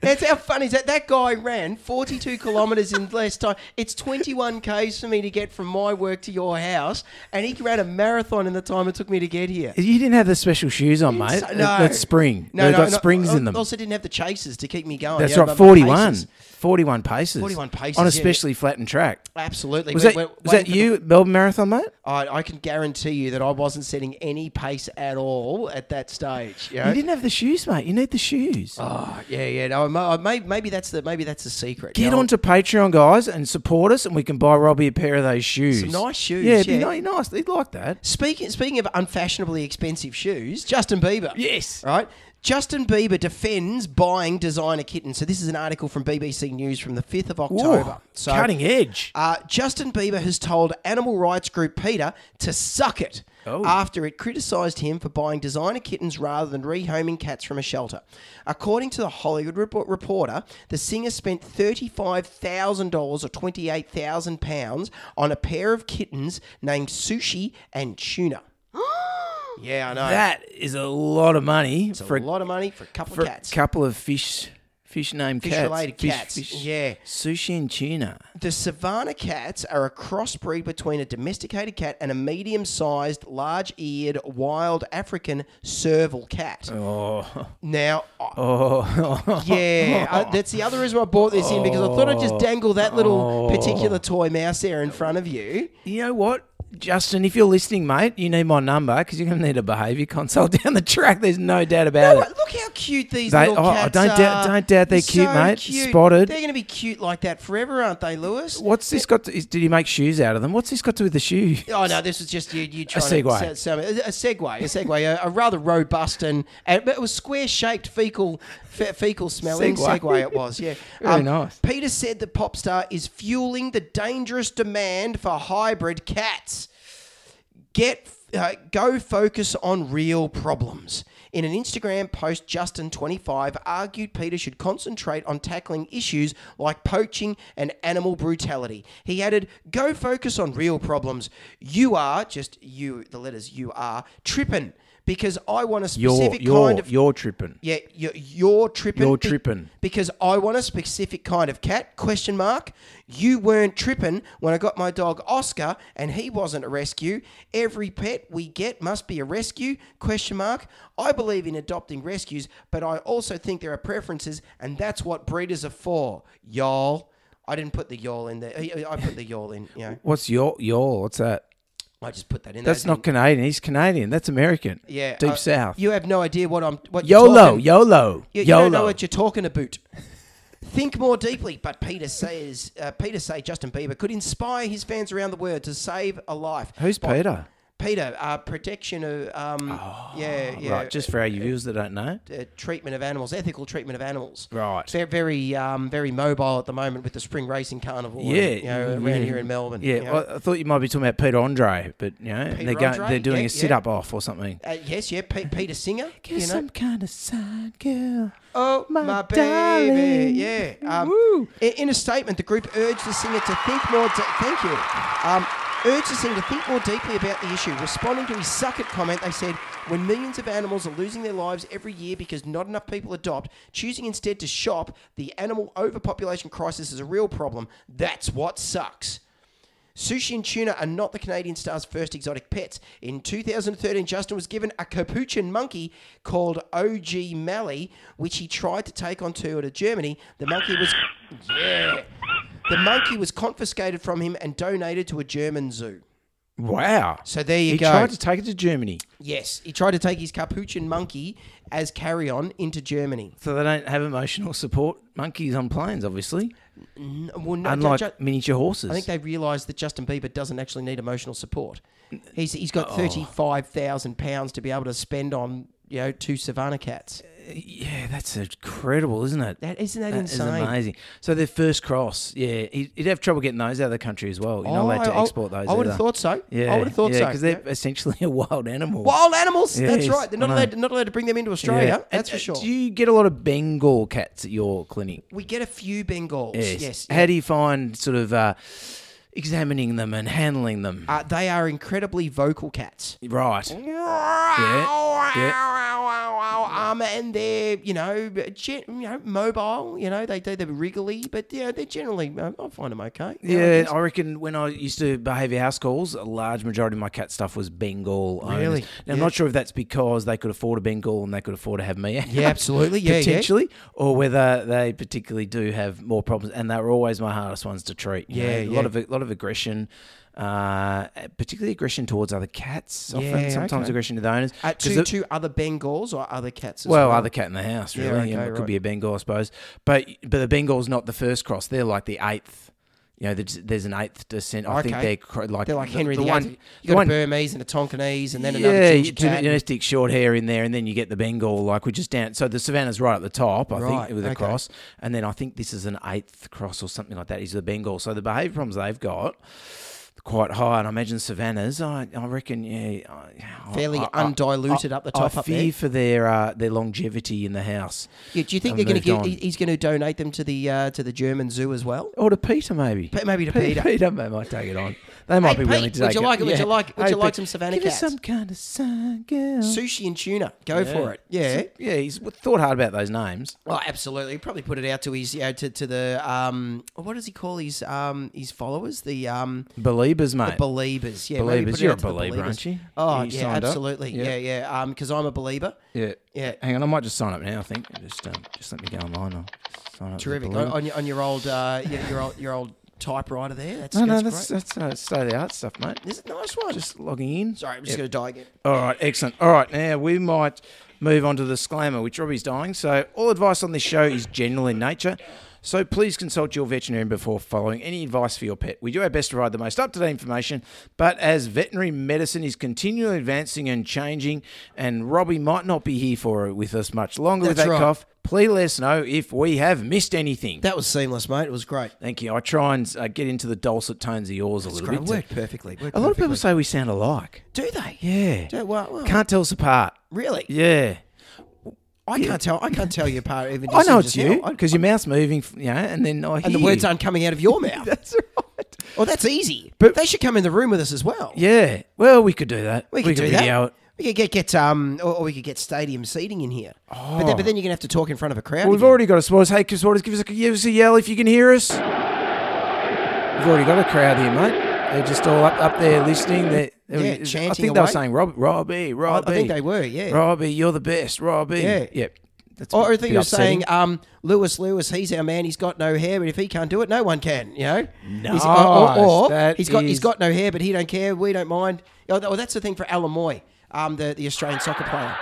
S2: That's how funny is that? That guy ran 42 kilometres in less time. It's 21 k's for me to get from my work to your house, and he ran a marathon in the time it took me to get here.
S3: You didn't have the special shoes on, mate.
S2: So-
S3: That- That's spring. They've got springs
S2: I
S3: in them.
S2: Also, didn't have the chasers to keep me going.
S3: That's
S2: You know,
S3: right.
S2: my- my
S3: 41.
S2: paces.
S3: 41 paces.
S2: 41 paces,
S3: On
S2: yeah,
S3: a
S2: yeah.
S3: specially flattened track.
S2: Absolutely.
S3: Was
S2: We-
S3: that,
S2: we're
S3: was that
S2: waiting for
S3: you, Melbourne Marathon, mate?
S2: the- I, I can guarantee you that I wasn't setting any pace at all at that stage. You know?
S3: You didn't have the shoes, mate. You need the shoes.
S2: Oh, yeah, yeah. No, I- I- may- maybe that's the maybe that's the secret.
S3: Get
S2: No,
S3: onto Patreon, guys, and support us, and we can buy Robbie a pair of those shoes.
S2: Some nice shoes,
S3: Yeah, it'd
S2: yeah.
S3: be ni- nice. They'd like that.
S2: Speaking speaking of unfashionably expensive shoes, Justin Bieber.
S3: Yes.
S2: Right? Justin Bieber defends buying designer kittens. So this is an article from BBC News from the 5th of October.
S3: Whoa,
S2: so
S3: cutting edge.
S2: Uh, Justin Bieber has told animal rights group PETA to suck it
S3: Oh.
S2: after it criticised him for buying designer kittens rather than rehoming cats from a shelter. According to the Hollywood Repo- Reporter, the singer spent $35,000 or £28,000 on a pair of kittens named Sushi and Tuna. yeah, I know.
S3: That is a lot of money for
S2: for uh, a
S3: a
S2: lot of money for a couple
S3: for
S2: of
S3: a
S2: cats.
S3: couple of fish, fish named cats,
S2: related
S3: Fish-
S2: cats,
S3: fish-
S2: yeah.
S3: sushi and tuna.
S2: The Savannah cats are a crossbreed between a domesticated cat and a medium sized, large eared, wild African serval cat.
S3: Oh,
S2: Now, I-
S3: oh,
S2: yeah, I- that's the other reason why I bought this in because I thought I'd just dangle that
S3: Oh.
S2: little particular toy mouse there in front of you.
S3: you know what, Justin? If you're listening, mate, you need my number because you're going to need a behaviour consult down the track. There's no doubt about
S2: Oh,
S3: it.
S2: look how cute these
S3: They-
S2: little
S3: oh, I
S2: cats
S3: don't
S2: are.
S3: doubt- don't doubt they're cute,
S2: so
S3: mate.
S2: Cute.
S3: Spotted.
S2: They're going to be cute like that forever, aren't they, Lewis?
S3: What's this got? To, is, did he make shoes out of them? What's this got to do with the shoe?
S2: Oh no, this was just you. You trying
S3: segue.
S2: To, se- se- a segue, a segue, a, a rather robust and, and but it was square shaped, fecal, fe- fecal smelling
S3: Segue.
S2: segue. It was, yeah. Um,
S3: Very nice.
S2: Peter said the pop star is fueling the dangerous demand for hybrid cats. Get uh, go focus on real problems. In an Instagram post, Justin25 argued Peter should concentrate on tackling issues like poaching and animal brutality. He added, Go focus on real problems. You are, just you, the letters you are, trippin' because I want a
S3: You're
S2: specific
S3: you're
S2: kind of.
S3: you're tripping.
S2: Yeah, you're, you're tripping.
S3: You're tripping.
S2: because I want a specific kind of cat? Question mark. You weren't tripping when I got my dog Oscar, and he wasn't a rescue. Every pet we get must be a rescue? Question mark. I believe in adopting rescues, but I also think there are preferences, and that's what breeders are for. Y'all. I didn't put the y'all in there. I- I put the y'all in. You know,
S3: What's your your? What's that?
S2: I just put that in.
S3: That's
S2: That
S3: not
S2: didn't-
S3: Canadian. He's Canadian. That's American.
S2: Yeah,
S3: deep
S2: uh,
S3: south.
S2: You have no idea what I'm. What you're
S3: YOLO,
S2: talking-
S3: YOLO,
S2: You, you
S3: YOLO.
S2: don't know what you're talking about. Think more deeply, but Peter says uh, Peter say Justin Bieber could inspire his fans around the world to save a life.
S3: Who's
S2: by-
S3: Peter? Oh,
S2: Peter, uh, protection of um, yeah, yeah,
S3: Right, just for our viewers that don't know.
S2: uh, treatment of animals, ethical treatment of animals.
S3: Right.
S2: They're very, um, very mobile at the moment with the spring racing carnival. and,
S3: Yeah,
S2: you know, around
S3: yeah.
S2: here in Melbourne.
S3: Yeah,
S2: you know.
S3: I, I thought you might be talking about Peter Andre, but you know
S2: Peter
S3: they're going,
S2: Andre?
S3: they're doing
S2: Yeah,
S3: a sit-up off or something.
S2: Uh, yes, yeah, Pe- Peter Singer.
S3: You're
S2: you know?
S3: some kind of side girl.
S2: Oh, my,
S3: My
S2: baby.
S3: darling.
S2: Yeah. Um,
S3: Woo.
S2: i- In a statement, the group urged the singer to think more. De- thank you. Um, urged the singer to think more deeply about the issue. Responding to his suck it comment, they said, when millions of animals are losing their lives every year because not enough people adopt, choosing instead to shop, the animal overpopulation crisis is a real problem. That's what sucks. Sushi and tuna are not the Canadian star's first exotic pets. In 2013, Justin was given a capuchin monkey called OG Mally, which he tried to take on tour to Germany. The monkey was yeah. The monkey was confiscated from him and donated to a German zoo.
S3: Wow.
S2: So there you
S3: he
S2: go.
S3: tried to take it to Germany,
S2: yes, he tried to take his capuchin monkey as carry-on into Germany.
S3: so they don't have emotional support. Monkeys on planes, obviously,
S2: N- Well, no,
S3: unlike
S2: ju- ju-
S3: miniature horses.
S2: I think they realise that Justin Bieber doesn't actually need emotional support. He's he's got
S3: Oh.
S2: thirty five thousand pounds to be able to spend on you know two savannah cats.
S3: yeah, that's incredible, isn't it?
S2: That isn't that,
S3: That is
S2: insane.
S3: amazing. So their first cross, yeah, he'd he'd have trouble getting those out of the country as well. You're not allowed to
S2: Oh, I- I-
S3: export those.
S2: I would
S3: either.
S2: have thought so.
S3: Yeah,
S2: I would have thought so.
S3: because they're
S2: Yeah.
S3: essentially a wild animal.
S2: wild animals. that's
S3: Yes,
S2: right. They're not
S3: I know.
S2: allowed not allowed to bring them into
S3: Yeah.
S2: Australia.
S3: And,
S2: That's for
S3: uh,
S2: sure.
S3: Do you get a lot of Bengal cats at your clinic?
S2: we get a few Bengals. Yes.
S3: How do you find sort of uh, examining them and handling them?
S2: Uh, they are incredibly vocal cats.
S3: right.
S2: Um, and they're you know, gen- you know mobile. You know they do they're wriggly, but yeah, they're generally uh, I find them okay. You know, I
S3: Yeah,
S2: guess.
S3: I reckon when I used to behaviour house calls, a large majority of my cat stuff was Bengal. owners.
S2: Really?
S3: Now, I'm
S2: Yeah.
S3: not sure if that's because they could afford a Bengal and they could afford to have me. out,
S2: Yeah, absolutely. Yeah, yeah.
S3: potentially, or whether they particularly do have more problems. And they were always my hardest ones to treat. you know,
S2: Yeah,
S3: a
S2: yeah.
S3: lot of a lot of aggression. Uh, particularly aggression towards other cats, often
S2: Yeah,
S3: sometimes
S2: okay.
S3: aggression to the owners.
S2: Uh,
S3: 'Cause
S2: two,
S3: the-
S2: two other Bengals or other cats as well.
S3: well, other cat in the house,
S2: Yeah,
S3: really. and
S2: okay,
S3: it could
S2: right.
S3: be a Bengal, I suppose. But but the Bengal's not the first cross. They're like the eighth. You know, there's, there's an eighth descent. I think
S2: Okay.
S3: they're cr- like
S2: They're like Henry the,
S3: the,
S2: Eighth.
S3: one.
S2: You
S3: The
S2: got a
S3: one
S2: Burmese and a Tonkinese, and then
S3: yeah,
S2: another
S3: you
S2: ginger
S3: do
S2: cat.
S3: domestic short hair in there, and then you get the Bengal, like we're just down. So the Savannah's right at the top, I
S2: Right,
S3: think, with a
S2: okay.
S3: cross, and then I think this is an eighth cross or something like that. Is the Bengal? So the behaviour problems they've got quite high, and I imagine Savannah's. I, I reckon, yeah, I- I-
S2: Fairly
S3: I- I-
S2: undiluted up the top
S3: I
S2: up there.
S3: fear for their uh, their longevity in the house.
S2: Yeah, do you think
S3: I've
S2: they're going
S3: moved
S2: to
S3: on.
S2: give? he- He's going to donate them to the uh, to the German zoo as well.
S3: Or to Peter, maybe.
S2: Pe- maybe to
S3: Pe-
S2: Peter.
S3: Peter may- might take it on. They might be
S2: Pete,
S3: willing to
S2: would
S3: take
S2: you like it? Would you like- would you like
S3: Pete,
S2: some Savannah
S3: give us
S2: cats?
S3: some kind of sun, girl.
S2: Sushi and tuna, go for it. Yeah.
S3: So- yeah. He's thought hard about those names.
S2: Oh, absolutely. Probably put it out to his, you know, to, to the um, what does he call his um his followers? The um
S3: Believers, mate.
S2: believers. Yeah, maybe
S3: Believers.
S2: put it
S3: You're
S2: out
S3: a
S2: to the
S3: believer,
S2: believers.
S3: aren't you?
S2: Oh,
S3: You
S2: yeah,
S3: signed up?
S2: absolutely. Yeah,
S3: Yeah.
S2: yeah. Um, because I'm a believer.
S3: yeah.
S2: Yeah.
S3: Hang on, I might just sign up now. I think just um, just let me go online. I'll sign up. as a
S2: Terrific. On,
S3: believer.
S2: on your on your old uh your, your old your old typewriter there. That's
S3: no, no,
S2: that's,
S3: that's
S2: great.
S3: that's uh, state of the art stuff, mate.
S2: This is a nice one.
S3: Just logging in.
S2: Sorry, I'm just going to die again.
S3: All right, excellent. All right, now we might move on to the disclaimer, which Robbie's dying. So, all advice on this show is general in nature. So, please consult your veterinarian before following any advice for your pet. We do our best to provide the most up to date information, but as veterinary medicine is continually advancing and changing, and Robbie might not be here for it with us much longer with
S2: That's
S3: that
S2: right.
S3: cough, please let us know if we have missed anything.
S2: That was seamless, mate. It was great.
S3: Thank you. I try and uh, get into the dulcet tones of yours a little
S2: Great.
S3: bit.
S2: Worked perfectly. Worked
S3: a lot of
S2: perfectly.
S3: people say we sound alike.
S2: do they?
S3: Yeah.
S2: Do, well, well,
S3: Can't tell us apart.
S2: really?
S3: Yeah.
S2: I can't tell. I can't tell you apart. Even
S3: I
S2: just-
S3: know it's
S2: just
S3: you
S2: now. I-
S3: because your mouth's moving, f- you know, and then I hear
S2: and the
S3: you.
S2: words aren't coming out of your mouth.
S3: That's right.
S2: Well, that's easy. But
S3: But-
S2: they should come in the room with us as well.
S3: Yeah. Well, we could do that.
S2: we could, do
S3: video
S2: that.
S3: it.
S2: We could get get um, or, or we could get stadium seating in here. Oh. But, then, but then you're gonna have to talk in front of a crowd.
S3: Well, we've
S2: again.
S3: already got a supporters. Hey, supporters, give us, a, give us a yell if you can hear us. We've already got a crowd here, mate. They're just all up, up there listening. They're, they're-
S2: Yeah,
S3: I
S2: chanting
S3: think they were
S2: away.
S3: saying, Rob, Robbie,
S2: I,
S3: Robbie.
S2: I think they were, yeah.
S3: Robbie, you're the best. Robbie.
S2: Yeah.
S3: Yep. That's a
S2: Or I
S3: bit
S2: think you were
S3: upsetting.
S2: saying, um, Lewis, Lewis, he's our man. He's got no hair, but if he can't do it, no one can. You know, He's-
S3: Nice,
S2: or, or
S3: that
S2: he's got
S3: is-
S2: he's got no hair, but he don't care. We don't mind. Oh, that- well, that's the thing for Alan Moy, um, the, the Australian soccer player.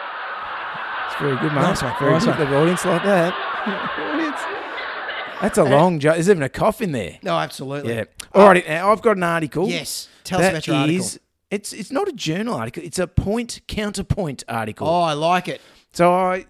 S3: It's very good, mate.
S2: Nice one,
S3: Very
S2: nice
S3: good.
S2: one.
S3: The audience like that. audience. That's a long joke. There's even a cough in there.
S2: No, absolutely.
S3: Yeah. All righty. Now I've got an article.
S2: Yes. Tell us
S3: that
S2: about your article.
S3: is- It's it's not a journal article. It's a point counterpoint article.
S2: Oh, I like it.
S3: So I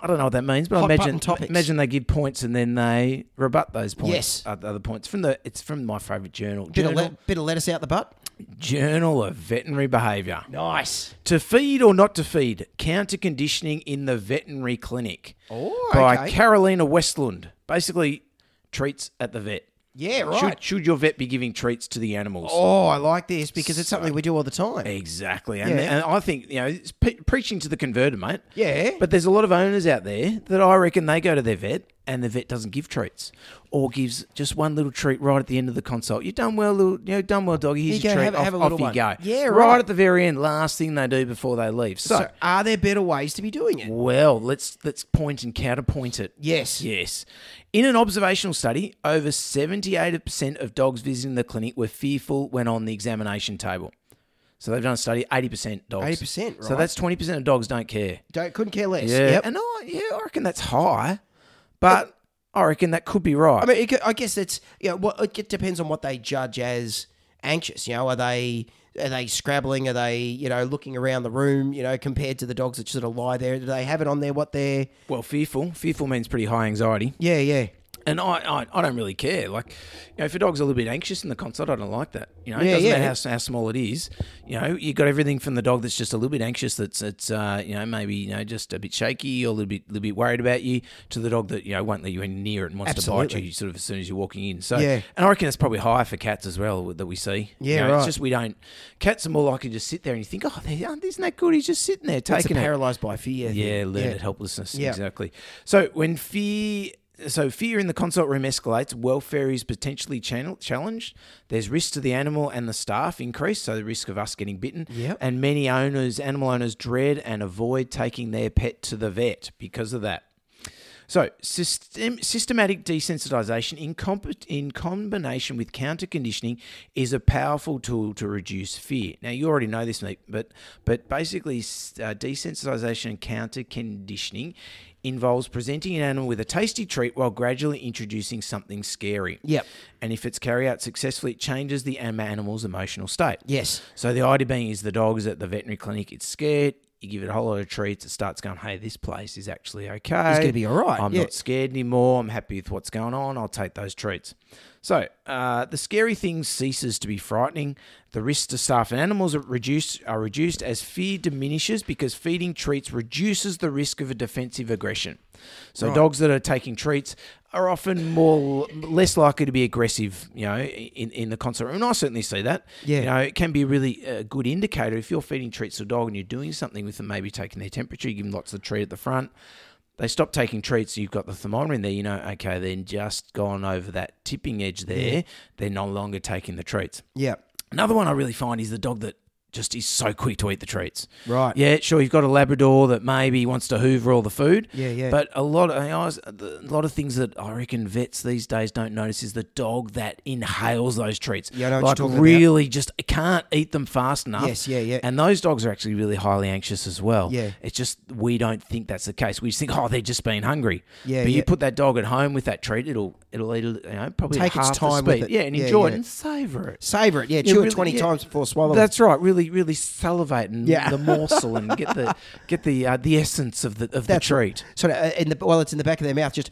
S3: I don't know what that means, but
S2: Hot
S3: I
S2: button
S3: imagine
S2: topics.
S3: imagine they give points and then they rebut those points.
S2: Yes.
S3: oth- other points from the it's from my favourite journal
S2: Bit of,
S3: journal,
S2: let, bit of lettuce out the butt.
S3: journal of veterinary behaviour.
S2: Nice.
S3: To feed or not to feed, counter conditioning in the veterinary clinic.
S2: Oh,
S3: by
S2: okay.
S3: Carolina Westlund. Basically, treats at the vet.
S2: Yeah, right.
S3: Should, should your vet be giving treats to the animals?
S2: Oh, I like this because it's something we do all the time.
S3: Exactly, and,
S2: Yeah.
S3: and I think you know it's pe- preaching to the converted, mate.
S2: Yeah.
S3: But there's a lot of owners out there that I reckon they go to their vet and the vet doesn't give treats or gives just one little treat right at the end of the consult. You done well, little, you know, done well, doggy. Here's
S2: Here you go,
S3: your
S2: have
S3: treat.
S2: a-
S3: off
S2: have a
S3: off
S2: little
S3: you
S2: one.
S3: go.
S2: Yeah, right.
S3: right at the very end, last thing they do before they leave. So,
S2: So, are there better ways to be doing it?
S3: well, let's let's point and counterpoint it.
S2: Yes.
S3: Yes. In an observational study, over 78% of dogs visiting the clinic were fearful when on the examination table. So they've done a study, 80% dogs.
S2: 80%,
S3: So
S2: right.
S3: that's 20% of dogs don't care.
S2: Don't couldn't care less. Yep.
S3: And I, yeah, I reckon that's high, but I reckon that could be right.
S2: I mean, it, could- I guess it's you know, what it depends on what they judge as anxious. You know, are they are they scrabbling? Are they you know looking around the room? You know, compared to the dogs that sort of lie there, do they have it on there? What they're
S3: well, fearful. Fearful means pretty high anxiety.
S2: yeah, yeah,
S3: And I, I, I don't really care. Like, you know, if your dog's a little bit anxious in the concert, I don't like that. You know,
S2: Yeah,
S3: it doesn't
S2: yeah.
S3: matter how, how small it is. You know, you got everything from the dog that's just a little bit anxious, that's it's uh, you know maybe you know just a bit shaky or a little bit little bit worried about you, to the dog that you know won't let you any near it and wants to
S2: Absolutely.
S3: bite you sort of as soon as you're walking in. So,
S2: Yeah.
S3: and I reckon that's probably higher for cats as well that we see. You
S2: Yeah,
S3: know,
S2: right.
S3: It's just we don't. Cats are more likely to just sit there and you think, oh, they aren't, isn't that good? He's just sitting there
S2: it's
S3: taking it.
S2: paralyzed by fear.
S3: Yeah,
S2: thing.
S3: learned helplessness.
S2: Yeah.
S3: Exactly. So when fear, so fear in the consult room escalates, welfare is potentially channel, challenged. There's risk to the animal and the staff increase, so the risk of us getting bitten.
S2: Yep.
S3: And many owners, animal owners, dread and avoid taking their pet to the vet because of that. So, system, systematic desensitization in, comp- in combination with counter conditioning is a powerful tool to reduce fear. Now, you already know this, mate, but, but basically, s- uh, desensitization and counter conditioning involves presenting an animal with a tasty treat while gradually introducing something scary.
S2: Yep.
S3: And if it's carried out successfully, it changes the am- animal's emotional state.
S2: Yes.
S3: So the idea being is the dog's at the veterinary clinic, it's scared. You give it a whole lot of treats, it starts going, hey, this place is actually okay. It's
S2: gonna be all right,
S3: I'm
S2: yeah."
S3: not scared anymore. I'm happy with what's going on. I'll take those treats. So uh, the scary thing ceases to be frightening. The risks to staff and animals are reduced, are reduced as fear diminishes because feeding treats reduces the risk of a defensive aggression. So dogs that are taking treats are often more less likely to be aggressive, you know, in, in the concert room. And I certainly see that.
S2: Yeah.
S3: You know, know, it can be a really uh, good indicator if you're feeding treats to a dog and you're doing something with them, maybe taking their temperature, you give them lots of treat at the front. They stop taking treats, you've got the thermometer in there, you know, okay, then just gone over that tipping edge there, they're no longer taking the treats.
S2: Yeah.
S3: Another one I really find is the dog that just is so quick to eat the treats.
S2: Right.
S3: Yeah, sure. You've got a Labrador that maybe wants to hoover all the food.
S2: Yeah, yeah.
S3: But a lot of I was- a lot of things that I reckon vets these days don't notice is the dog that inhales those treats.
S2: Yeah, I know what
S3: like
S2: you're talking about.
S3: really just can't eat them fast enough.
S2: Yes, yeah, yeah.
S3: And those dogs are actually really highly anxious as well.
S2: Yeah.
S3: It's just we don't think that's the case. We just think, oh, they're just being hungry.
S2: Yeah,
S3: But
S2: yeah.
S3: you put that dog at home with that treat, it'll it'll eat it, you know, probably
S2: Take its
S3: half the
S2: time with
S3: speed.
S2: it.
S3: Yeah, and
S2: Yeah,
S3: enjoy
S2: yeah.
S3: it and savor it.
S2: Savor it. Yeah,
S3: Yeah,
S2: chew it
S3: really,
S2: twenty
S3: yeah.
S2: times before swallowing.
S3: That's right. Really, really salivate and
S2: Yeah.
S3: the morsel and get the get the uh, the essence of the of
S2: That's
S3: the treat.
S2: sort of uh, in the while it's in the back of their mouth, just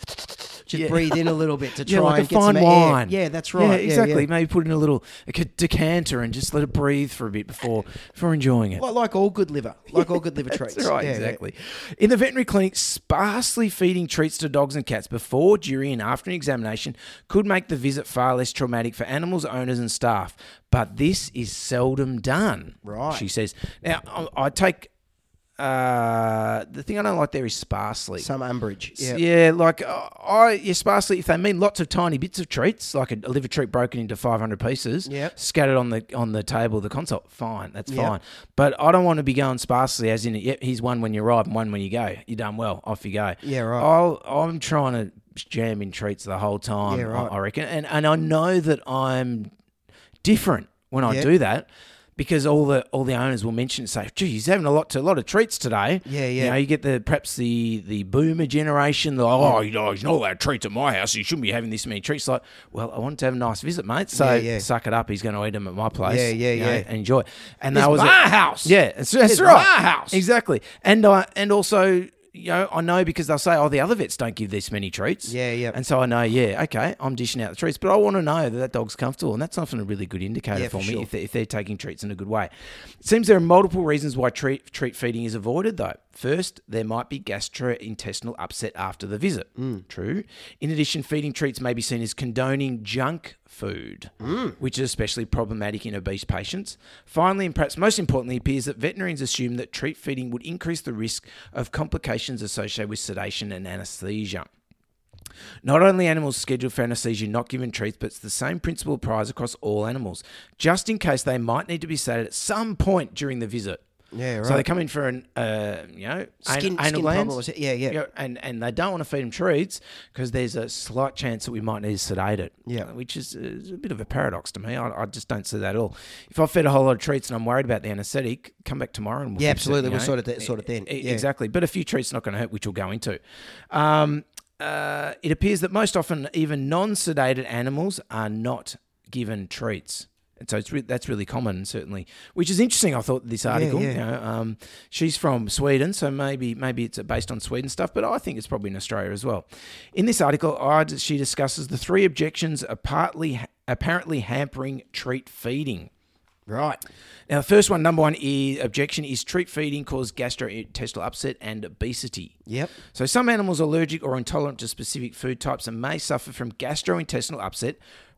S2: just
S3: Yeah.
S2: breathe in a little bit to try
S3: Yeah, like
S2: and
S3: a
S2: get
S3: fine
S2: some
S3: wine.
S2: Air. Yeah, that's right.
S3: Yeah,
S2: yeah.
S3: exactly. Maybe put in a little like a decanter and just let it breathe for a bit before before enjoying it.
S2: Like, like all good liver, like all good liver treats.
S3: That's right,
S2: Yeah, yeah.
S3: exactly. In the veterinary clinic, sparsely feeding treats to dogs and cats before, during, and after an examination could make the visit far less traumatic for animals, owners, and staff. But this is seldom done.
S2: Right.
S3: She says. Now, I, I take. Uh, the thing I don't like there is sparsely.
S2: Some umbrage. Yeah.
S3: Yeah, like uh, I, yeah, sparsely. If they mean lots of tiny bits of treats, like a, a liver treat broken into five hundred pieces,
S2: Yep.
S3: scattered on the on the table of the console, fine, that's
S2: Yep.
S3: fine. But I don't want to be going sparsely, as in, yep, here's one when you arrive and one when you go. You're done well, off you go.
S2: Yeah, right.
S3: I'll, I'm trying to jam in treats the whole time.
S2: Yeah, right.
S3: I, I reckon, and and I know that I'm different when I
S2: Yep.
S3: do that. because all the all the owners will mention and say, "Gee, he's having a lot to, a lot of treats today."
S2: Yeah,
S3: You
S2: yeah.
S3: know, you get the perhaps the the boomer generation. They're like, oh, you know, he's not allowed treats at my house. He shouldn't be having this many treats. Like, well, I wanted to have a nice visit, mate. So
S2: Yeah, yeah.
S3: suck it up. He's going to eat them at my place.
S2: Yeah, yeah,
S3: you know,
S2: yeah.
S3: and enjoy. it. And
S2: It's
S3: that was
S2: my house.
S3: Yeah, it's, that's
S2: It's
S3: right.
S2: my house.
S3: Exactly. And I and also. You know, I know because they'll say, "Oh, the other vets don't give this many treats."
S2: Yeah, yeah.
S3: And so I know, yeah, okay, I'm dishing out the treats, but I want to know that that dog's comfortable, and that's often a really good indicator
S2: Yeah,
S3: for,
S2: for
S3: me
S2: sure.
S3: if, they, if they're taking treats in a good way. It seems there are multiple reasons why treat treat feeding is avoided, though. First, there might be gastrointestinal upset after the visit.
S2: Mm.
S3: True. In addition, feeding treats may be seen as condoning junk food,
S2: Mm.
S3: which is especially problematic in obese patients. Finally, and perhaps most importantly, it appears that veterinarians assume that treat feeding would increase the risk of complications associated with sedation and anesthesia. Not only animals scheduled for anesthesia not given treats, but it's the same principle applies across all animals, just in case they might need to be sedated at some point during the visit.
S2: Yeah,
S3: So
S2: right.
S3: they come in for an, uh, you know, an-
S2: Skin-
S3: anal
S2: skin
S3: glands.
S2: problem, was it? Yeah, yeah.
S3: You know, and, and they don't want to feed them treats because there's a slight chance that we might need to sedate it.
S2: Yeah.
S3: Which is uh, is a bit of a paradox to me. I, I just don't see that at all. If I fed a whole lot of treats and I'm worried about the anaesthetic, come back tomorrow and we'll
S2: Yeah,
S3: fix it,
S2: absolutely.
S3: you
S2: We'll
S3: know?
S2: sort it that sort of thing.
S3: E-
S2: Yeah.
S3: Exactly. But a few treats not going to hurt, which we'll go into. Um, uh, it appears that most often, even non sedated animals are not given treats. And so it's re- that's really common, certainly, which is interesting. I thought this article.
S2: yeah.
S3: You know, um, she's from Sweden, so maybe maybe it's based on Sweden stuff, but I think it's probably in Australia as well. In this article, I, she discusses the three objections are partly apparently hampering treat feeding.
S2: Right.
S3: Now, the first one, number one is, objection is treat feeding causes gastrointestinal upset and obesity.
S2: Yep.
S3: So, some animals are allergic or intolerant to specific food types and may suffer from gastrointestinal upset,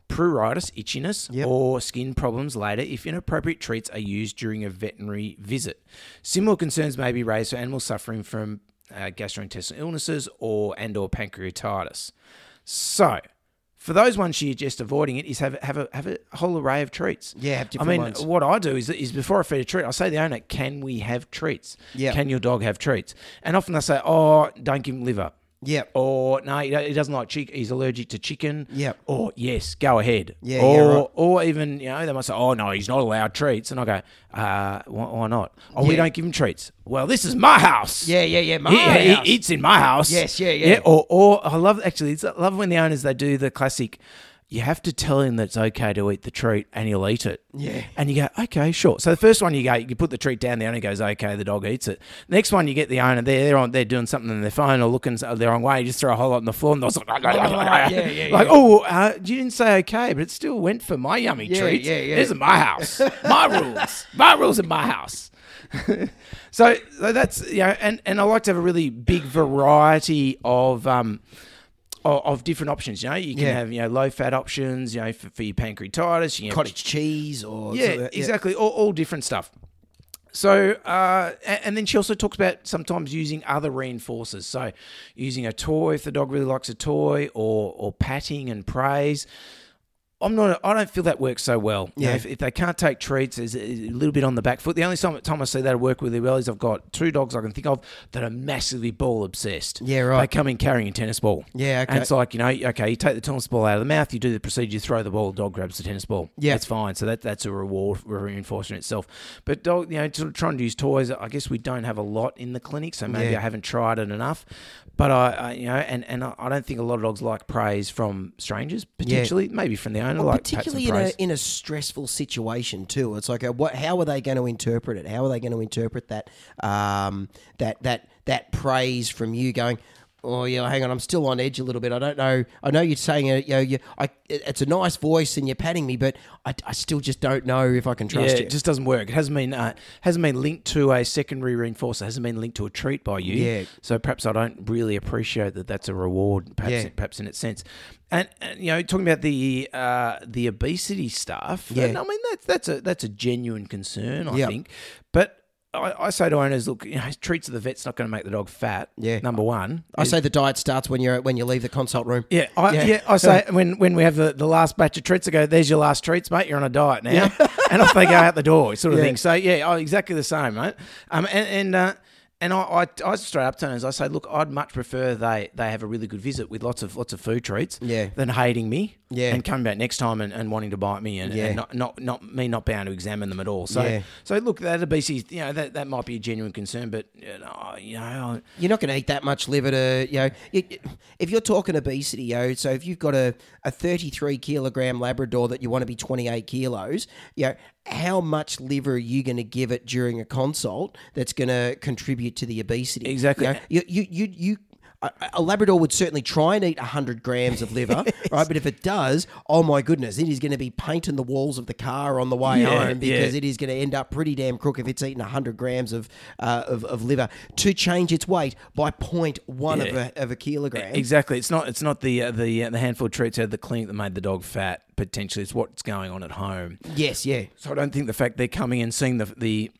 S3: pruritus, itchiness,
S2: Yep.
S3: or skin problems later if inappropriate treats are used during a veterinary visit. Similar concerns may be raised for animals suffering from uh, gastrointestinal illnesses or and or pancreatitis. So, for those ones she just avoiding it is have have a have a whole array of treats.
S2: Yeah, have
S3: I
S2: different
S3: mean,
S2: ones.
S3: what I do is is before I feed a treat, I say to the owner, "Can we have treats?
S2: Yeah.
S3: Can your dog have treats?" And often they say, "Oh, don't give him liver."
S2: Yep.
S3: Or no, he he doesn't like chicken. He's allergic to chicken.
S2: Yep.
S3: Or yes, go ahead.
S2: Yeah,
S3: Or
S2: yeah, right.
S3: or even you know they might say, "Oh no, he's not allowed treats," and I go, "Uh, why, why not? Oh, we
S2: Yeah.
S3: don't give him treats. Well, this is my house.
S2: Yeah, yeah, yeah. My
S3: He- he,
S2: house.
S3: eats in my house.
S2: Yes, yeah, yeah.
S3: or, or I love actually, it's, I love when the owners they do the classic. You have to tell him that it's okay to eat the treat, and he'll eat it.
S2: Yeah.
S3: And you go, okay, sure. So the first one you go, you put the treat down. The owner goes, okay, the dog eats it. Next one you get the owner, they're, they're on, they're doing something on their phone or looking s- the wrong way. You just throw a whole lot on the floor, and they're like,
S2: yeah, yeah.
S3: like, oh, uh, you didn't say okay, but it still went for my yummy
S2: Yeah,
S3: treats.
S2: yeah, yeah.
S3: This is my house, my rules, my rules in my house. so, so that's you know, and and I like to have a really big variety of um. o- Of different options, you know, you can
S2: Yeah.
S3: have you know low fat options, you know, for, for your pancreatitis, you can have
S2: Cottage cheese or
S3: yeah,
S2: something like that.
S3: exactly. All, all different stuff. So, uh, a- and, then she also talks about sometimes using other reinforcers. So, using a toy if the dog really likes a toy, or or patting and praise. I'm not. I don't feel that works so well. You know,
S2: Yeah.
S3: if, if they can't take treats, is a little bit on the back foot. The only time, time I see that work really well is I've got two dogs I can think of that are massively ball obsessed.
S2: Yeah, right.
S3: They come in carrying a tennis ball.
S2: Yeah, okay.
S3: And it's like you know, okay, you take the tennis ball out of the mouth, you do the procedure, you throw the ball, dog grabs the tennis ball.
S2: Yeah.
S3: it's fine. So that that's a reward for reinforcement itself. But dog, you know, sort of trying to use toys. I guess we don't have a lot in the clinic, so maybe
S2: Yeah.
S3: I haven't tried it enough. But I, I you know, and and I I don't think a lot of dogs like praise from strangers potentially, maybe from the owner,
S2: Well,
S3: like pats and
S2: particularly in a,
S3: praise.
S2: in a stressful situation too. It's like, uh what? How are they going to interpret it? How are they going to interpret that? Um, that that that praise from you going. Oh yeah, hang on. I'm still on edge a little bit. I don't know. I know you're saying it. You know, you, I, it- it's a nice voice and you're patting me, but I, I still just don't know if I can trust
S3: yeah,
S2: you.
S3: it just doesn't work. It hasn't been uh, hasn't been linked to a secondary reinforcer. Hasn't been linked to a treat by you.
S2: Yeah.
S3: So perhaps I don't really appreciate that. That's a reward, perhaps,
S2: Yeah.
S3: perhaps in its sense. And, and you know, talking about the uh, the obesity stuff.
S2: Yeah.
S3: and I mean that's that's a that's a genuine concern. I
S2: Yeah.
S3: think, but. I, I say to owners, look, you know, treats of the vet's not going to make the dog fat.
S2: Yeah.
S3: Number one,
S2: I say the diet starts when you're when you leave the consult room.
S3: yeah, I, yeah.
S2: Yeah.
S3: I say when when we have the, the last batch of treats, I go, "There's your last treats, mate. You're on a diet now," and off they go out the door, sort of
S2: Yeah.
S3: thing. So yeah, oh, exactly the same, mate. Um, and and uh, and I, I, I straight up to them, I say, look, I'd much prefer they, they have a really good visit with lots of lots of food treats,
S2: Yeah.
S3: than hating me,
S2: Yeah.
S3: and coming back next time and, and wanting to bite me, and,
S2: Yeah.
S3: and not, not not me not being able to examine them at all. So
S2: Yeah.
S3: so look, that'd be you know that, that might be a genuine concern, but you know, you know
S2: You're not going to eat that much liver to, you know, you, you- if you're talking obesity, yo, so if you've got a, a 33 kilogram Labrador that you want to be 28 kilos, you know, how much liver are you going to give it during a consult that's going to contribute to the obesity?
S3: Exactly.
S2: You, know, you, you, you, you a a Labrador would certainly try and eat 100 grams of liver, right? But if it does, oh my goodness, it is going to be painting the walls of the car on the way
S3: Yeah,
S2: home because
S3: yeah.
S2: it is going to end up pretty damn crook if it's eaten 100 grams of, uh, of, of liver to change its weight by 0.1 of,
S3: Yeah.
S2: a, of a kilogram.
S3: Exactly. It's not. It's not the uh, the uh, the handful of treats out of the clinic that made the dog fat. Potentially, it's what's going on at home.
S2: Yes, yeah.
S3: So I don't think the fact they're coming and seeing the the.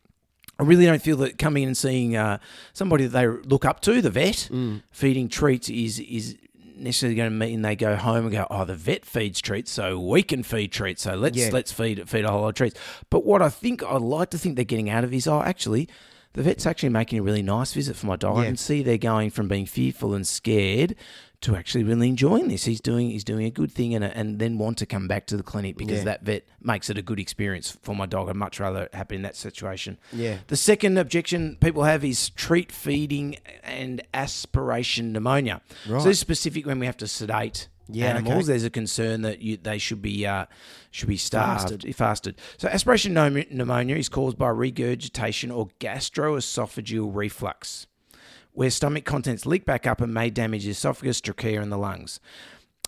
S3: I really don't feel that coming in and seeing uh, somebody that they look up to, the vet,
S2: Mm.
S3: feeding treats is is necessarily going to mean they go home and go, oh, the vet feeds treats, so we can feed treats, so let's
S2: Yeah.
S3: let's feed feed a whole lot of treats. But what I think I like to think they're getting out of is, oh, actually, the vet's actually making a really nice visit for my dog. I
S2: Yeah.
S3: can see they're going from being fearful and scared to actually really enjoying this. He's doing he's doing a good thing and and then want to come back to the clinic because
S2: Yeah.
S3: that vet makes it a good experience for my dog. I'd much rather it happen in that situation.
S2: Yeah.
S3: The second objection people have is treat feeding and aspiration pneumonia. So this is specific when we have to sedate
S2: Yeah,
S3: animals.
S2: okay.
S3: There's a concern that you, they should be uh, should be starved, fasted. So aspiration pneumo- pneumonia is caused by regurgitation or gastroesophageal reflux, where stomach contents leak back up and may damage the esophagus, trachea, and the lungs.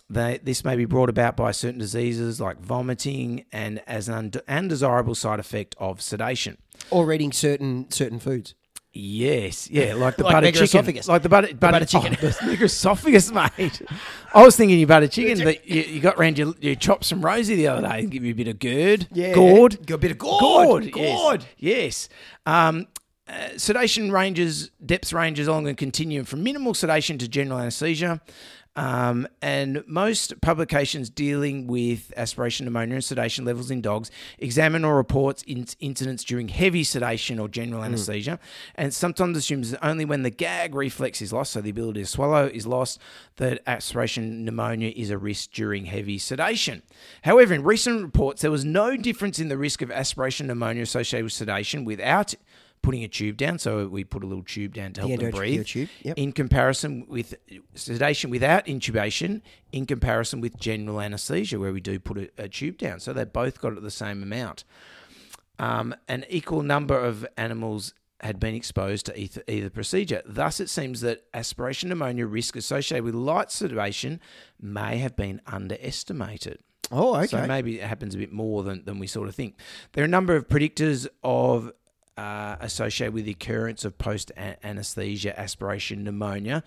S3: They, this may be brought about by certain diseases like vomiting and as an und- undesirable side effect of sedation.
S2: Or eating certain certain foods.
S3: Yes, yeah, like the
S2: Like
S3: butter
S2: bigger
S3: chicken,
S2: esophagus.
S3: like the butter, butter,
S2: butter chicken.
S3: oh, the bigger esophagus, mate. I was thinking your butter chicken that you, you got round your, your chops from Rosie the other day and give you a bit of gourd,
S2: Yeah.
S3: gourd,
S2: Got a bit of gourd,
S3: yes,
S2: gourd.
S3: yes. Um, uh, sedation ranges, depths ranges along a continuum from minimal sedation to general anesthesia. Um, and most publications dealing with aspiration pneumonia and sedation levels in dogs examine or reports in- incidents during heavy sedation or general
S2: Hmm.
S3: anesthesia, and sometimes assumes that only when the gag reflex is lost, so the ability to swallow is lost, that aspiration pneumonia is a risk during heavy sedation. However, in recent reports, there was no difference in the risk of aspiration pneumonia associated with sedation without putting a tube down. So we put a little tube down to help them
S2: endotracheal
S3: breathe.
S2: tube, yep.
S3: In comparison with sedation without intubation, in comparison with general anesthesia, where we do put a, a tube down. So they both got it the same amount. Um, an equal number of animals had been exposed to either, either procedure. Thus, it seems that aspiration pneumonia risk associated with light sedation may have been underestimated.
S2: Oh, okay.
S3: So maybe it happens a bit more than, than we sort of think. There are a number of predictors of uh, associated with the occurrence of post anesthesia aspiration pneumonia.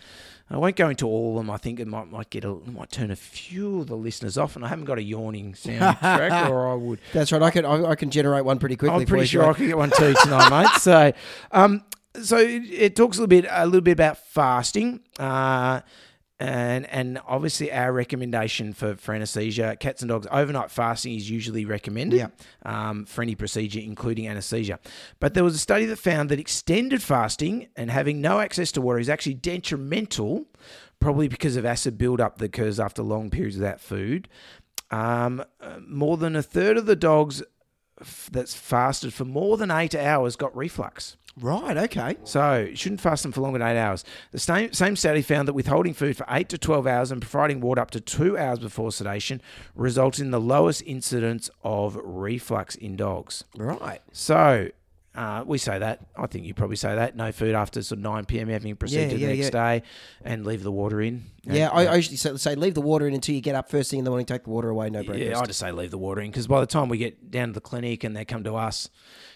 S3: I won't go into all of them. I think it might might get a, might turn a few of the listeners off, and I haven't got a yawning soundtrack, or I would
S2: That's right. I can I, I can generate one pretty quickly.
S3: I'm
S2: for
S3: pretty
S2: you,
S3: sure
S2: Joe.
S3: I could get one too tonight, mate. So, um, so it, it talks a little bit, a little bit about fasting, uh, and and obviously our recommendation for, for anesthesia, cats and dogs, overnight fasting is usually recommended
S2: Yeah.
S3: um, for any procedure, including anesthesia. But there was a study that found that extended fasting and having no access to water is actually detrimental, probably because of acid buildup that occurs after long periods without food. Um, uh, more than a third of the dogs f- that's fasted for more than eight hours got reflux.
S2: Right. Okay.
S3: So you shouldn't fast them for longer than eight hours. The same, same study found that withholding food for eight to 12 hours and providing water up to two hours before sedation results in the lowest incidence of reflux in dogs.
S2: Right.
S3: So uh, we say that. I think you probably say that. No food after sort of 9 p.m. having a procedure
S2: yeah,
S3: the next day and leave the water in.
S2: Yeah, I, I usually say, say leave the water in until you get up first thing in the morning. Take the water away. No breakfast.
S3: Yeah, I just say leave the water in because by the time we get down to the clinic and they come to us,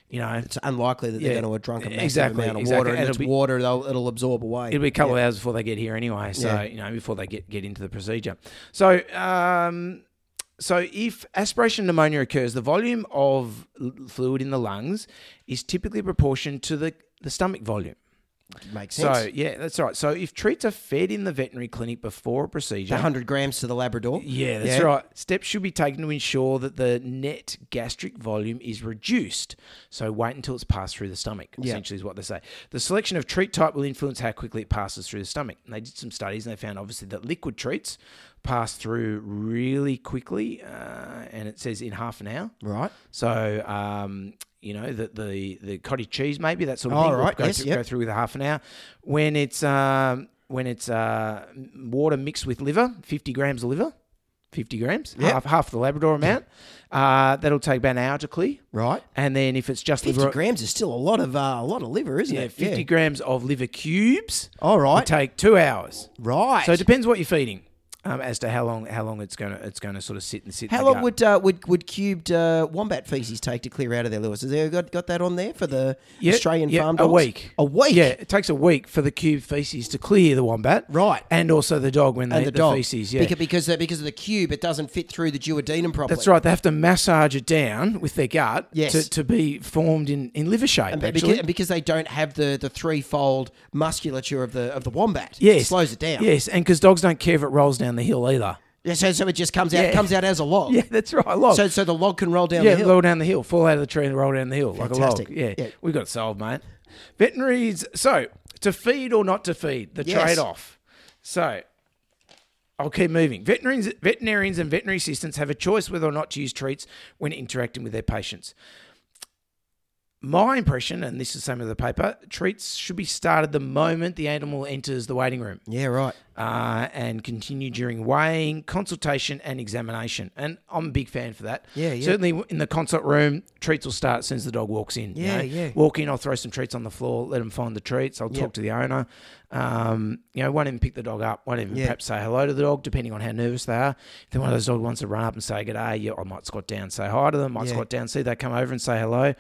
S3: you know,
S2: it's unlikely that they're
S3: Yeah,
S2: going to have drunk a massive
S3: exactly,
S2: amount of
S3: exactly.
S2: water, and,
S3: And
S2: it's
S3: it'll be-
S2: water they'll, it'll absorb away.
S3: It'll be a couple of hours before they get here anyway. So
S2: Yeah.
S3: you know, before they get get into the procedure. So um, so if aspiration pneumonia occurs, the volume of l- fluid in the lungs is typically proportioned to the the stomach volume.
S2: Makes sense.
S3: So yeah, that's right. So if treats are fed in the veterinary clinic before a procedure,
S2: 100 grams to the Labrador.
S3: yeah, that's right. Steps should be taken to ensure that the net gastric volume is reduced. So wait until it's passed through the stomach, essentially, is what they say. The selection of treat type will influence how quickly it passes through the stomach. And they did some studies and they found, obviously, that liquid treats pass through really quickly, uh, and it says in half an hour.
S2: Right.
S3: So, um, you know, the, the, the cottage cheese, maybe that sort of
S2: Oh,
S3: thing. will
S2: right.
S3: Go,
S2: Yes,
S3: through,
S2: yep.
S3: go through with a half an hour. When it's um, when it's uh, water mixed with liver, fifty grams of liver, fifty grams,
S2: Yep.
S3: half half the Labrador amount. uh, that'll take about an hour to clear.
S2: Right.
S3: And then if it's just
S2: 50
S3: liver,
S2: grams is still a lot of uh, a lot of liver, isn't
S3: yeah,
S2: it?
S3: fifty grams of liver cubes.
S2: All
S3: will
S2: right.
S3: take two hours.
S2: Right.
S3: So it depends what you're feeding. Um, as to how long how long it's gonna it's gonna sort of sit and sit. in
S2: How
S3: the
S2: long
S3: gut.
S2: would, uh, would would cubed uh, wombat feces take to clear out of their Lewis? Has they got, got that on there for the
S3: Yeah,
S2: Australian
S3: yeah,
S2: farm
S3: a
S2: dogs?
S3: week.
S2: A week.
S3: Yeah, it takes a week for the cube feces to clear the wombat,
S2: Right.
S3: And also the dog when they
S2: And
S3: eat
S2: the,
S3: the,
S2: dog.
S3: feces. Yeah,
S2: Beca- Because uh, because of the cube, it doesn't fit through the duodenum properly.
S3: that's right. They have to massage it down with their gut
S2: Yes.
S3: to, to be formed in, in liver shape.
S2: And
S3: actually.
S2: because, and because they don't have the, the threefold musculature of the of the wombat,
S3: yes,
S2: it slows it down.
S3: Yes, and because dogs don't care if it rolls down the hill either.
S2: Yeah, so, so it just comes out
S3: Yeah.
S2: comes out as a log.
S3: Yeah, that's right. Log.
S2: Oh. So so the log can roll down
S3: yeah,
S2: the hill.
S3: roll down the hill, fall out of the tree and roll down the hill
S2: Fantastic.
S3: like a log. Yeah.
S2: Yeah.
S3: we've got it solved, mate. Veterinaries. So to feed or not to feed, the
S2: Yes.
S3: trade-off. So I'll keep moving. Veterinarians, veterinarians and veterinary assistants have a choice whether or not to use treats when interacting with their patients. My impression, and this is same of the paper, treats should be started the moment the animal enters the waiting room
S2: Yeah, right.
S3: uh, and continue during weighing, consultation, and examination. And I'm a big fan for that.
S2: Yeah, yeah.
S3: Certainly in the consult room, treats will start as soon as the dog walks in. you
S2: Yeah,
S3: know.
S2: yeah.
S3: Walk in, I'll throw some treats on the floor, let them find the treats. I'll talk to the owner. Um, you know, won't even pick the dog up, won't even
S2: Yeah.
S3: perhaps say hello to the dog, depending on how nervous they are. If they're one of those dogs wants to run up and say good day, yeah, I might squat down, say hi to them, might
S2: Yeah.
S3: squat down, see they come over and say hello.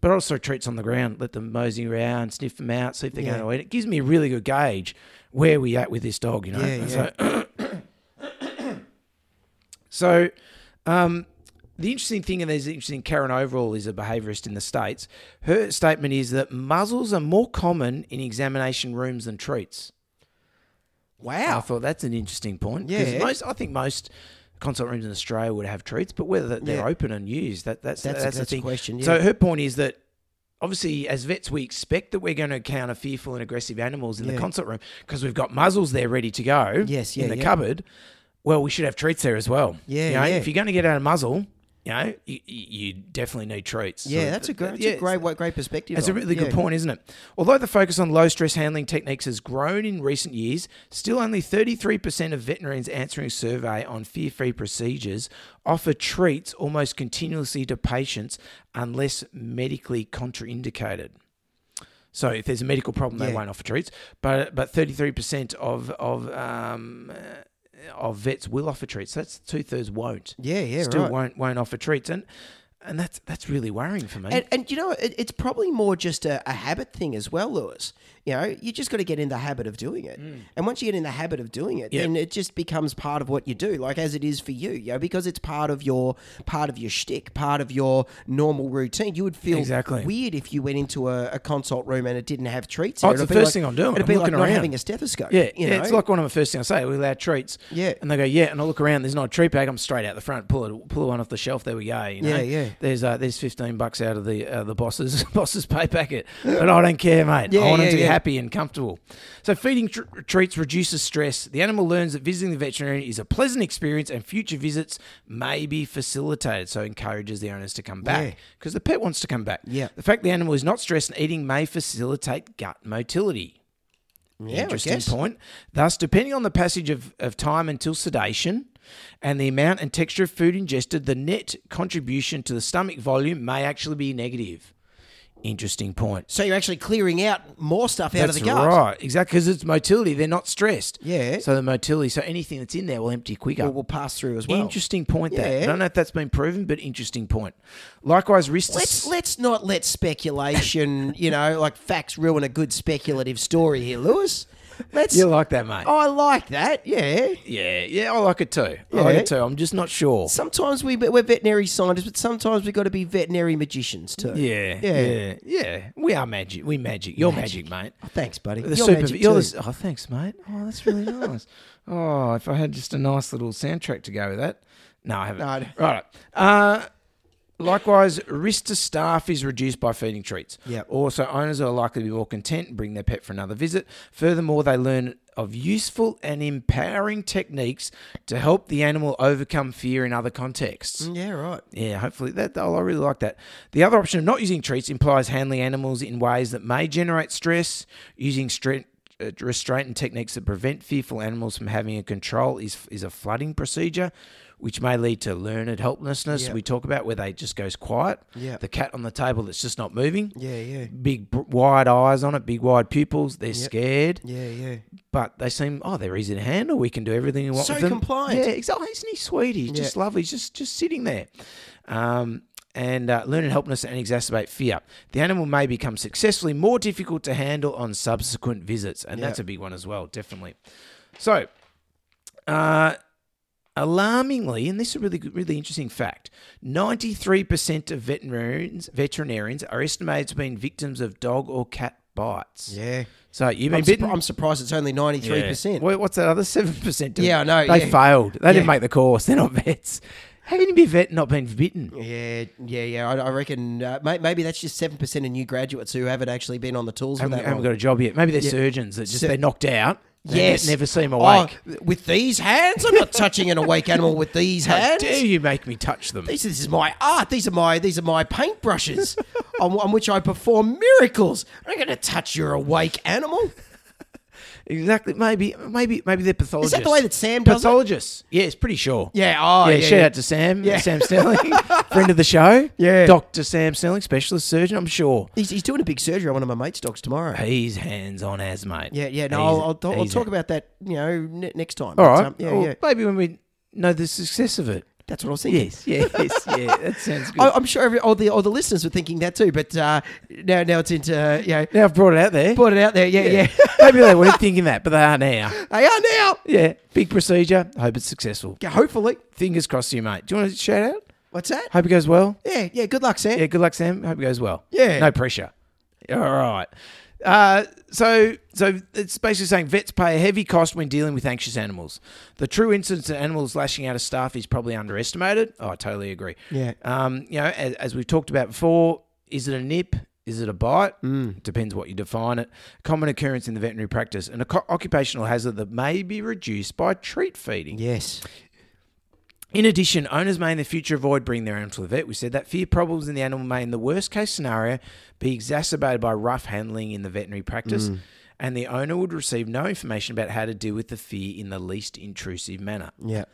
S3: But also treats on the ground, let them mosey around, sniff them out, see if they're
S2: Yeah.
S3: going to eat. It gives me a really good gauge where we at with this dog, you know.
S2: Yeah, yeah.
S3: So, so, um, the interesting thing, and there's interesting, Karen Overall is a behaviorist in the States. Her statement is that muzzles are more common in examination rooms than treats. I
S2: Wow.
S3: thought that's an interesting point. 'cause
S2: Yeah.
S3: Most, I think most consult rooms in Australia would have treats, but whether that they're
S2: Yeah.
S3: open and used, that, that's,
S2: That's
S3: that's,
S2: a-
S3: the
S2: that's a
S3: thing.
S2: question,
S3: So
S2: yeah.
S3: her point is that obviously as vets, we expect that we're going to encounter fearful and aggressive animals in the
S2: Yeah.
S3: consult room because we've got muzzles there ready to go
S2: Yes,
S3: in
S2: yeah,
S3: the
S2: yeah.
S3: cupboard. Well, we should have treats there as well.
S2: Yeah,
S3: You know,
S2: yeah.
S3: If you're going to get out a muzzle, you know, you, you you definitely need treats.
S2: Yeah,
S3: So
S2: that's a
S3: th-
S2: great,
S3: th-
S2: that's
S3: yeah,
S2: a great, wa- great perspective.
S3: that's a
S2: on it.
S3: really good
S2: Yeah.
S3: point, isn't it? Although the focus on low stress handling techniques has grown in recent years, still only 33% of veterinarians answering a survey on fear free procedures offer treats almost continuously to patients unless medically contraindicated. So if there's a medical problem, they
S2: Yeah.
S3: won't offer treats. But but 33% of of um, uh, of vets will offer treats. So that's two thirds won't.
S2: Yeah, yeah,
S3: still
S2: right.
S3: won't won't offer treats, and and that's that's really worrying for me.
S2: And, and you know, it, it's probably more just a, a habit thing as well, Lewis. You know, you just got to get in the habit of doing it. And once you get in the habit of doing it,
S3: Mm. Yeah.
S2: then it just becomes part of what you do, like as it is for you. You know, because it's part of your part of your shtick, part of your normal routine. You would feel
S3: Exactly.
S2: weird if you went into a, a consult room and it didn't have treats.
S3: Oh,
S2: in it.
S3: it's
S2: It'd
S3: the
S2: be
S3: first
S2: like-
S3: thing I'm doing.
S2: It'd
S3: I'm
S2: be like
S3: looking
S2: not
S3: around.
S2: having a stethoscope.
S3: Yeah,
S2: you
S3: yeah,
S2: know?
S3: it's like one of the first things I say. We allow treats.
S2: Yeah.
S3: and they go, yeah, and I look around. There's not a treat bag. I'm straight out the front. Pull it, pull one off the shelf. There we go. You know?
S2: Yeah, yeah.
S3: There's uh, there's 15 bucks out of the uh, the boss's boss's pay packet, but I don't care, mate. I
S2: Yeah,
S3: want
S2: yeah,
S3: them to be
S2: yeah.
S3: happy and comfortable. So feeding tr- treats reduces stress. The animal learns that visiting the veterinarian is a pleasant experience, and future visits may be facilitated. So it encourages the owners to come
S2: Yeah.
S3: back because the pet wants to come back.
S2: Yeah.
S3: The fact the animal is not stressed and eating may facilitate gut motility.
S2: yeah, I
S3: Interesting
S2: guess.
S3: point. Thus, depending on the passage of, of time until sedation and the amount and texture of food ingested, the net contribution to the stomach volume may actually be negative. Interesting point.
S2: So you're actually clearing out more stuff out
S3: That's
S2: of the gut.
S3: right, exactly, because it's motility. They're not stressed.
S2: Yeah.
S3: So the motility, so anything that's in there will empty quicker.
S2: Will, will pass through as well.
S3: Interesting point. That I
S2: Yeah.
S3: don't know if that's been proven, but interesting point. Likewise, wrist.
S2: Let's let's not let speculation, you know, like facts ruin a good speculative story here, Lewis. Let's.
S3: You like that, mate?
S2: I like that. Yeah.
S3: Yeah, yeah, I like it too. I
S2: Yeah.
S3: like it too. I'm just not sure.
S2: Sometimes we we're veterinary scientists, but sometimes we got to be veterinary magicians too.
S3: Yeah,
S2: Yeah.
S3: yeah, yeah, We are magic. We magic. You're magic, mate.
S2: Thanks, buddy.
S3: The
S2: You're
S3: super-
S2: magic
S3: you're the
S2: too.
S3: s- oh, thanks, mate. Oh, that's really nice. Oh, if I had just a nice little soundtrack to go with that. No, I haven't.
S2: No, I don't-
S3: Right. Uh, likewise, risk to staff is reduced by feeding treats.
S2: Yep.
S3: Also, owners are likely to be more content and bring their pet for another visit. Furthermore, they learn of useful and empowering techniques to help the animal overcome fear in other contexts.
S2: yeah, right.
S3: Yeah, hopefully that. Oh, I really like that. The other option of not using treats implies handling animals in ways that may generate stress. Using stre- uh, restraint and techniques that prevent fearful animals from having a control is is a flooding procedure, which may lead to learned helplessness.
S2: Yep.
S3: We talk about where they just goes quiet.
S2: Yep.
S3: the cat on the table that's just not moving.
S2: Yeah, yeah,
S3: Big br- wide eyes on it, big wide pupils. They're scared,
S2: yeah, yeah.
S3: but they seem oh they're easy to handle. We can do everything we want
S2: So
S3: with them.
S2: compliant.
S3: Yeah, exactly. Isn't he sweet? He's
S2: Yeah.
S3: just lovely. He's just just sitting there. Um, and uh, learn and helplessness and exacerbate fear. The animal may become successfully more difficult to handle on subsequent visits, and that's
S2: Yeah.
S3: a big one as well, definitely. So, uh, alarmingly, and this is a really good- really interesting fact: ninety-three percent of veterinarians veterinarians are estimated to have been victims of dog or cat bites.
S2: Yeah.
S3: So you've been
S2: I'm,
S3: bitten.
S2: surpri- I'm surprised it's only 93%.
S3: Wha- What's that other seven percent?
S2: Yeah, I know,
S3: They
S2: yeah.
S3: failed. They
S2: Yeah.
S3: didn't make the course. They're not vets. How can you be a vet and not been bitten?
S2: Yeah, yeah, yeah. I, I reckon uh, may, maybe that's just 7% of new graduates who haven't actually been on the tools for
S3: Haven't,
S2: that
S3: haven't
S2: long.
S3: got a job yet. Maybe they're surgeons that just
S2: Se-
S3: they're knocked out. They
S2: Yes.
S3: ne- never seem
S2: Oh,
S3: awake.
S2: with these hands? I'm not touching an awake animal with these
S3: How
S2: hands.
S3: dare you make me touch them?
S2: This, this is my art. These are my these are my paintbrushes on, on which I perform miracles. I'm going to touch your awake animal.
S3: Exactly. Maybe. Maybe. Maybe they're
S2: Is
S3: pathologists.
S2: that the way that Sam does it?
S3: pathologists? Yes, pretty sure.
S2: Yeah, oh,
S3: yeah,
S2: yeah,
S3: shout
S2: yeah.
S3: out to Sam, Sam Snelling, friend of the show.
S2: Yeah.
S3: Doctor Sam Snelling, specialist surgeon. I'm sure
S2: He's, he's doing a big surgery on one of my mate's dogs tomorrow.
S3: he's hands on as mate.
S2: Yeah, yeah. No,
S3: He's-
S2: I'll, I'll, t- I'll
S3: he's-
S2: talk about that. You know, ne- next time.
S3: All
S2: But,
S3: right.
S2: um, yeah,
S3: Well,
S2: yeah.
S3: Maybe when we know the success of it.
S2: That's what I was thinking.
S3: yes, yes, yeah. That sounds good.
S2: I, I'm sure every, all the all the listeners were thinking that too. But uh, now now it's into uh, you know
S3: now I've brought it out there.
S2: put it out there. Yeah, yeah.
S3: Maybe they weren't thinking that, but they are now.
S2: they are now.
S3: Yeah, big procedure. I hope it's successful.
S2: Yeah, hopefully.
S3: Fingers crossed, to you mate. Do you want to shout out?
S2: What's that?
S3: Hope it goes well.
S2: Yeah, yeah. Good luck, Sam.
S3: Yeah, good luck, Sam. Hope it goes well.
S2: Yeah.
S3: no pressure. All right. Uh, so, so it's basically saying vets pay a heavy cost when dealing with anxious animals. The true incidence of animals lashing out at staff is probably underestimated. Oh, I totally agree.
S2: Yeah. uh,
S3: Um, you know, as, as we've talked about before, is it a nip? Is it a bite? Mm. Depends what you define it. Common occurrence in the veterinary practice, an occu- occupational hazard that may be reduced by treat feeding.
S2: Yes.
S3: In addition, owners may in the future avoid bringing their animal to the vet. We said that fear problems in the animal may, in the worst case scenario, be exacerbated by rough handling in the veterinary practice, and the owner would receive no information about how to deal with the fear in the least intrusive manner.
S2: Yeah.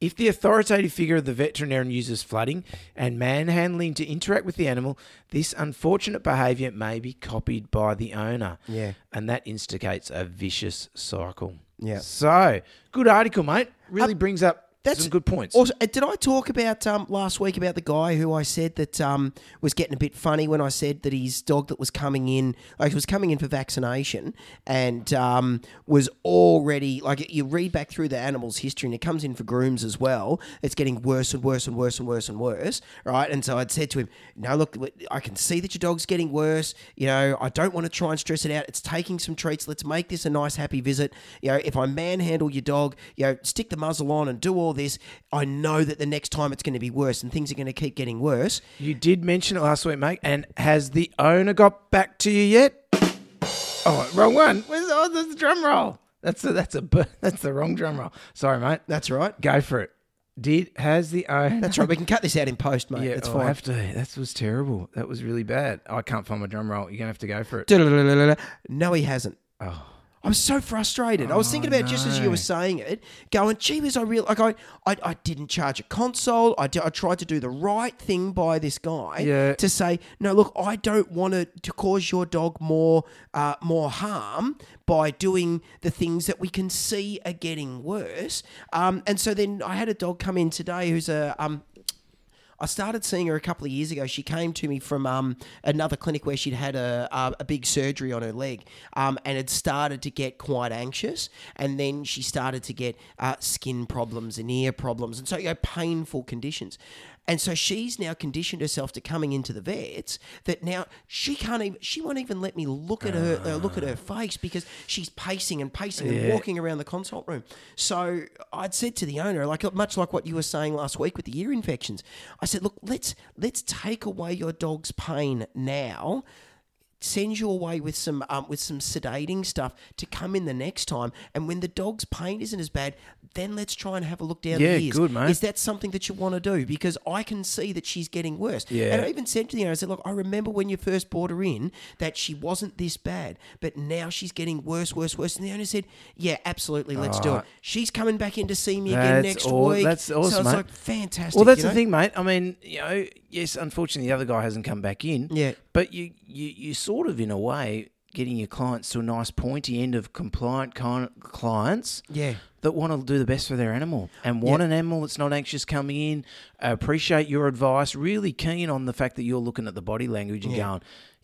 S3: If the authoritative figure of the veterinarian uses flooding and manhandling to interact with the animal, this unfortunate behaviour may be copied by the owner.
S2: Yeah.
S3: And that instigates a vicious cycle.
S2: Yeah.
S3: So, good article, mate. Really brings up
S2: that's-
S3: some good points.
S2: Also, uh, did I talk about um, last week about the guy who I said that um, was getting a bit funny when I said that his dog that was coming in, like was coming in for vaccination, and um, was already like you read back through the animal's history, and it comes in for grooms as well. It's getting worse and worse and worse and worse and worse, right? And so I'd said to him, "No, look, I can see that your dog's getting worse. You know, I don't want to try and stress it out. It's taking some treats. Let's make this a nice, happy visit. You know, if I manhandle your dog, you know, stick the muzzle on and do all this, I know that the next time it's going to be worse and things are going to keep getting worse.
S3: You did mention it last week, mate. And has the owner got back to you yet? Oh, wrong one. Where's oh, there's the drum roll? That's the that's a bu- that's the wrong drum roll. Sorry, mate.
S2: That's right.
S3: Go for it. Did has the owner?
S2: That's right. We can cut this out in post, mate.
S3: yeah,
S2: That's
S3: oh, I
S2: fine.
S3: have to. That was terrible. That was really bad. I can't find my drum roll. You're gonna have to go for it.
S2: No, he hasn't.
S3: Oh.
S2: I'm so frustrated. I was thinking about just as you were saying it, going, gee whiz, I real like I, I, I didn't charge a console. I, d- I tried to do the right thing by this guy
S3: Yeah.
S2: to say, no, look, I don't want to, to cause your dog more uh, more harm by doing the things that we can see are getting worse. Um, and so then I had a dog come in today who's a um, I started seeing her a couple of years ago. She came to me from um, another clinic where she'd had a, a, a big surgery on her leg um, and had started to get quite anxious. And then she started to get uh, skin problems and ear problems. And so, you know, painful conditions. And so she's now conditioned herself to coming into the vets that now she can't even, she won't even let me look at her, uh, look at her face because she's pacing and pacing and walking around the consult room. So I'd said to the owner, like uh, much like what you were saying last week with the ear infections, I said, look, let's, let's take away your dog's pain now sends you away with some um, with some sedating stuff to come in the next time. And when the dog's pain isn't as bad, then let's try and have a look down
S3: Yeah,
S2: the ears.
S3: good, mate.
S2: Is that something that you want to do? Because I can see that she's getting worse.
S3: Yeah.
S2: And I even said to the owner, I said, look, I remember when you first brought her in that she wasn't this bad, but now she's getting worse, worse, worse. And the owner said, yeah, absolutely, let's do it. She's coming back in to see me again
S3: That's
S2: next
S3: aw-
S2: week.
S3: that's
S2: So
S3: awesome,
S2: it's
S3: mate.
S2: like fantastic.
S3: Well, that's
S2: you
S3: the
S2: know?
S3: thing, mate. I mean, you know, yes, unfortunately, the other guy hasn't come back in.
S2: Yeah.
S3: But you, you, you sort of, in a way, getting your clients to a nice pointy end of compliant kind clients.
S2: Yeah.
S3: That want to do the best for their animal and want an animal that's not anxious coming in. Appreciate your advice. Really keen on the fact that you're looking at the body language and going.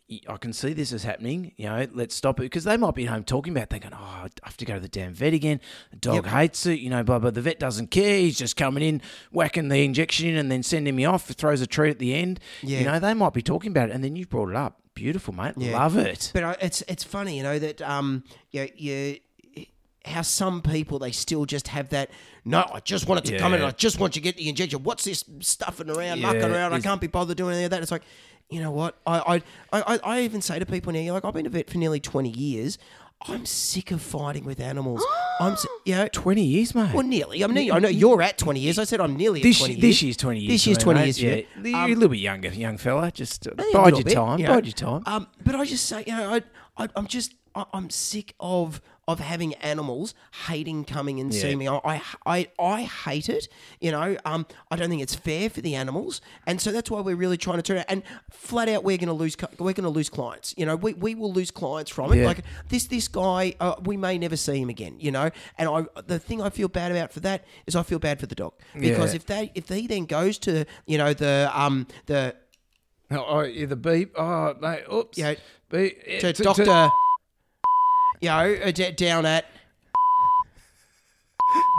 S3: "Y- I can see this is happening. You know, let's stop it because they might be home talking about thinking, "Oh, I have to go to the damn vet again. The dog hates it." You know, blah blah. The vet doesn't care. He's just coming in, whacking the injection in, and then sending me off. Throws a treat at the end.
S2: Yeah.
S3: You know, they might be talking about it, and then you've brought it up. Beautiful, mate. Love it.
S2: But I, it's it's funny, you know, that um, you, know, you how some people they still just have that. No, I just want it to come in.
S3: Yeah.
S2: I just want you to get the injection. What's this stuffing around, mucking
S3: Yeah,
S2: around? I
S3: it's-
S2: can't be bothered doing any of that. It's like, you know what? I I, I, I- I even say to people now, you're like, I've been a vet for nearly twenty years. I'm sick of fighting with animals. I'm, s- you know,
S3: Twenty years, mate.
S2: well, nearly. I'm nearly. I know you're at twenty years. I said I'm nearly
S3: this
S2: at twenty.
S3: this
S2: years.
S3: year's twenty years.
S2: This year's
S3: for me,
S2: twenty
S3: mate.
S2: years. for you.
S3: Yeah. You're a little bit younger, young fella. Just uh,
S2: a
S3: bide
S2: little
S3: your
S2: bit,
S3: time.
S2: you know.
S3: Bide your time.
S2: Um, but I just say, you know, I, I, I'm just, I, I'm sick of of having animals hating coming and seeing me. I, I, I, I hate it. You know, um, I don't think it's fair for the animals, and so that's why we're really trying to turn it. And flat out, we're going to lose, cu- we're going to lose clients. You know, we, we will lose clients from it.
S3: Yeah.
S2: Like this, this guy, uh, we may never see him again. You know, and I, the thing I feel bad about for that is I feel bad for the dog because
S3: Yeah.
S2: if they, if he then goes to, you know, the, um, the
S3: Oh, oh, yeah, the beep. Oh, mate. Oops.
S2: Yeah.
S3: Beep. Yeah,
S2: to
S3: t-
S2: Doctor,
S3: t-
S2: you know, uh, d- down at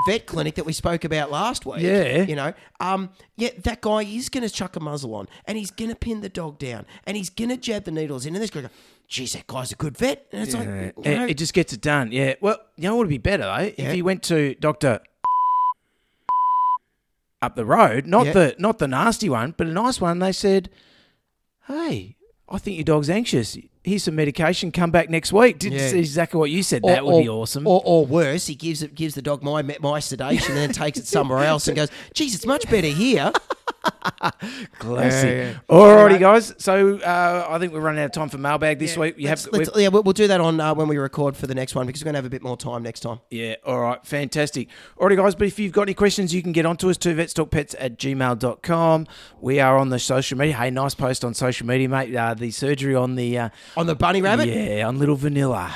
S2: vet clinic that we spoke about last week.
S3: Yeah.
S2: you know, um, yeah, that guy is going to chuck a muzzle on, and he's going to pin the dog down, and he's going to jab the needles in, and this guy go, "Geez, that guy's a good vet," and it's
S3: Yeah,
S2: like, you know,
S3: It, it just gets it done. Yeah. Well, you know what would be better, though?
S2: Yeah.
S3: If he went to Dr. up the road, not
S2: Yeah.
S3: the not the nasty one, but a nice one, they said, hey, I think your dog's anxious. Here's some medication. Come back next week. Did
S2: Yeah.
S3: exactly what you said.
S2: or-
S3: that would
S2: or-
S3: be awesome.
S2: Or, or worse, he gives it, gives the dog my my sedation and then takes it somewhere else and goes, "Geez, it's much better here."
S3: Classic. Alrighty, guys. So uh, I think we're running out of time for mailbag this week. You have,
S2: Let's- let's- yeah, we'll, we'll do that on uh, when we record for the next one because we're going to have a bit more time next time.
S3: Yeah, all right, fantastic. All right, guys, but if you've got any questions, you can get onto us, two vetstalkpets at gmail.com. We are on the social media. Hey, nice post on social media, mate. Uh, the surgery on the. Uh,
S2: On the bunny rabbit,
S3: yeah, on Little Vanilla.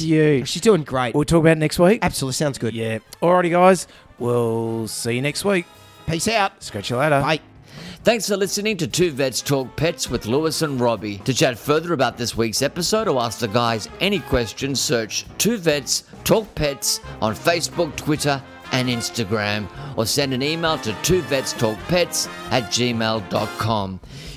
S2: Yes.
S3: cute.
S2: she's doing great.
S3: We'll talk about it next week.
S2: Absolutely. Sounds good.
S3: Yeah. All righty, guys. We'll see you next week.
S2: Peace out.
S3: Scratch you later.
S2: Bye.
S1: Thanks for listening to Two Vets Talk Pets with Lewis and Robbie. To chat further about this week's episode or ask the guys any questions, search Two Vets Talk Pets on Facebook, Twitter, and Instagram, or send an email to twovetstalkpets at gmail.com.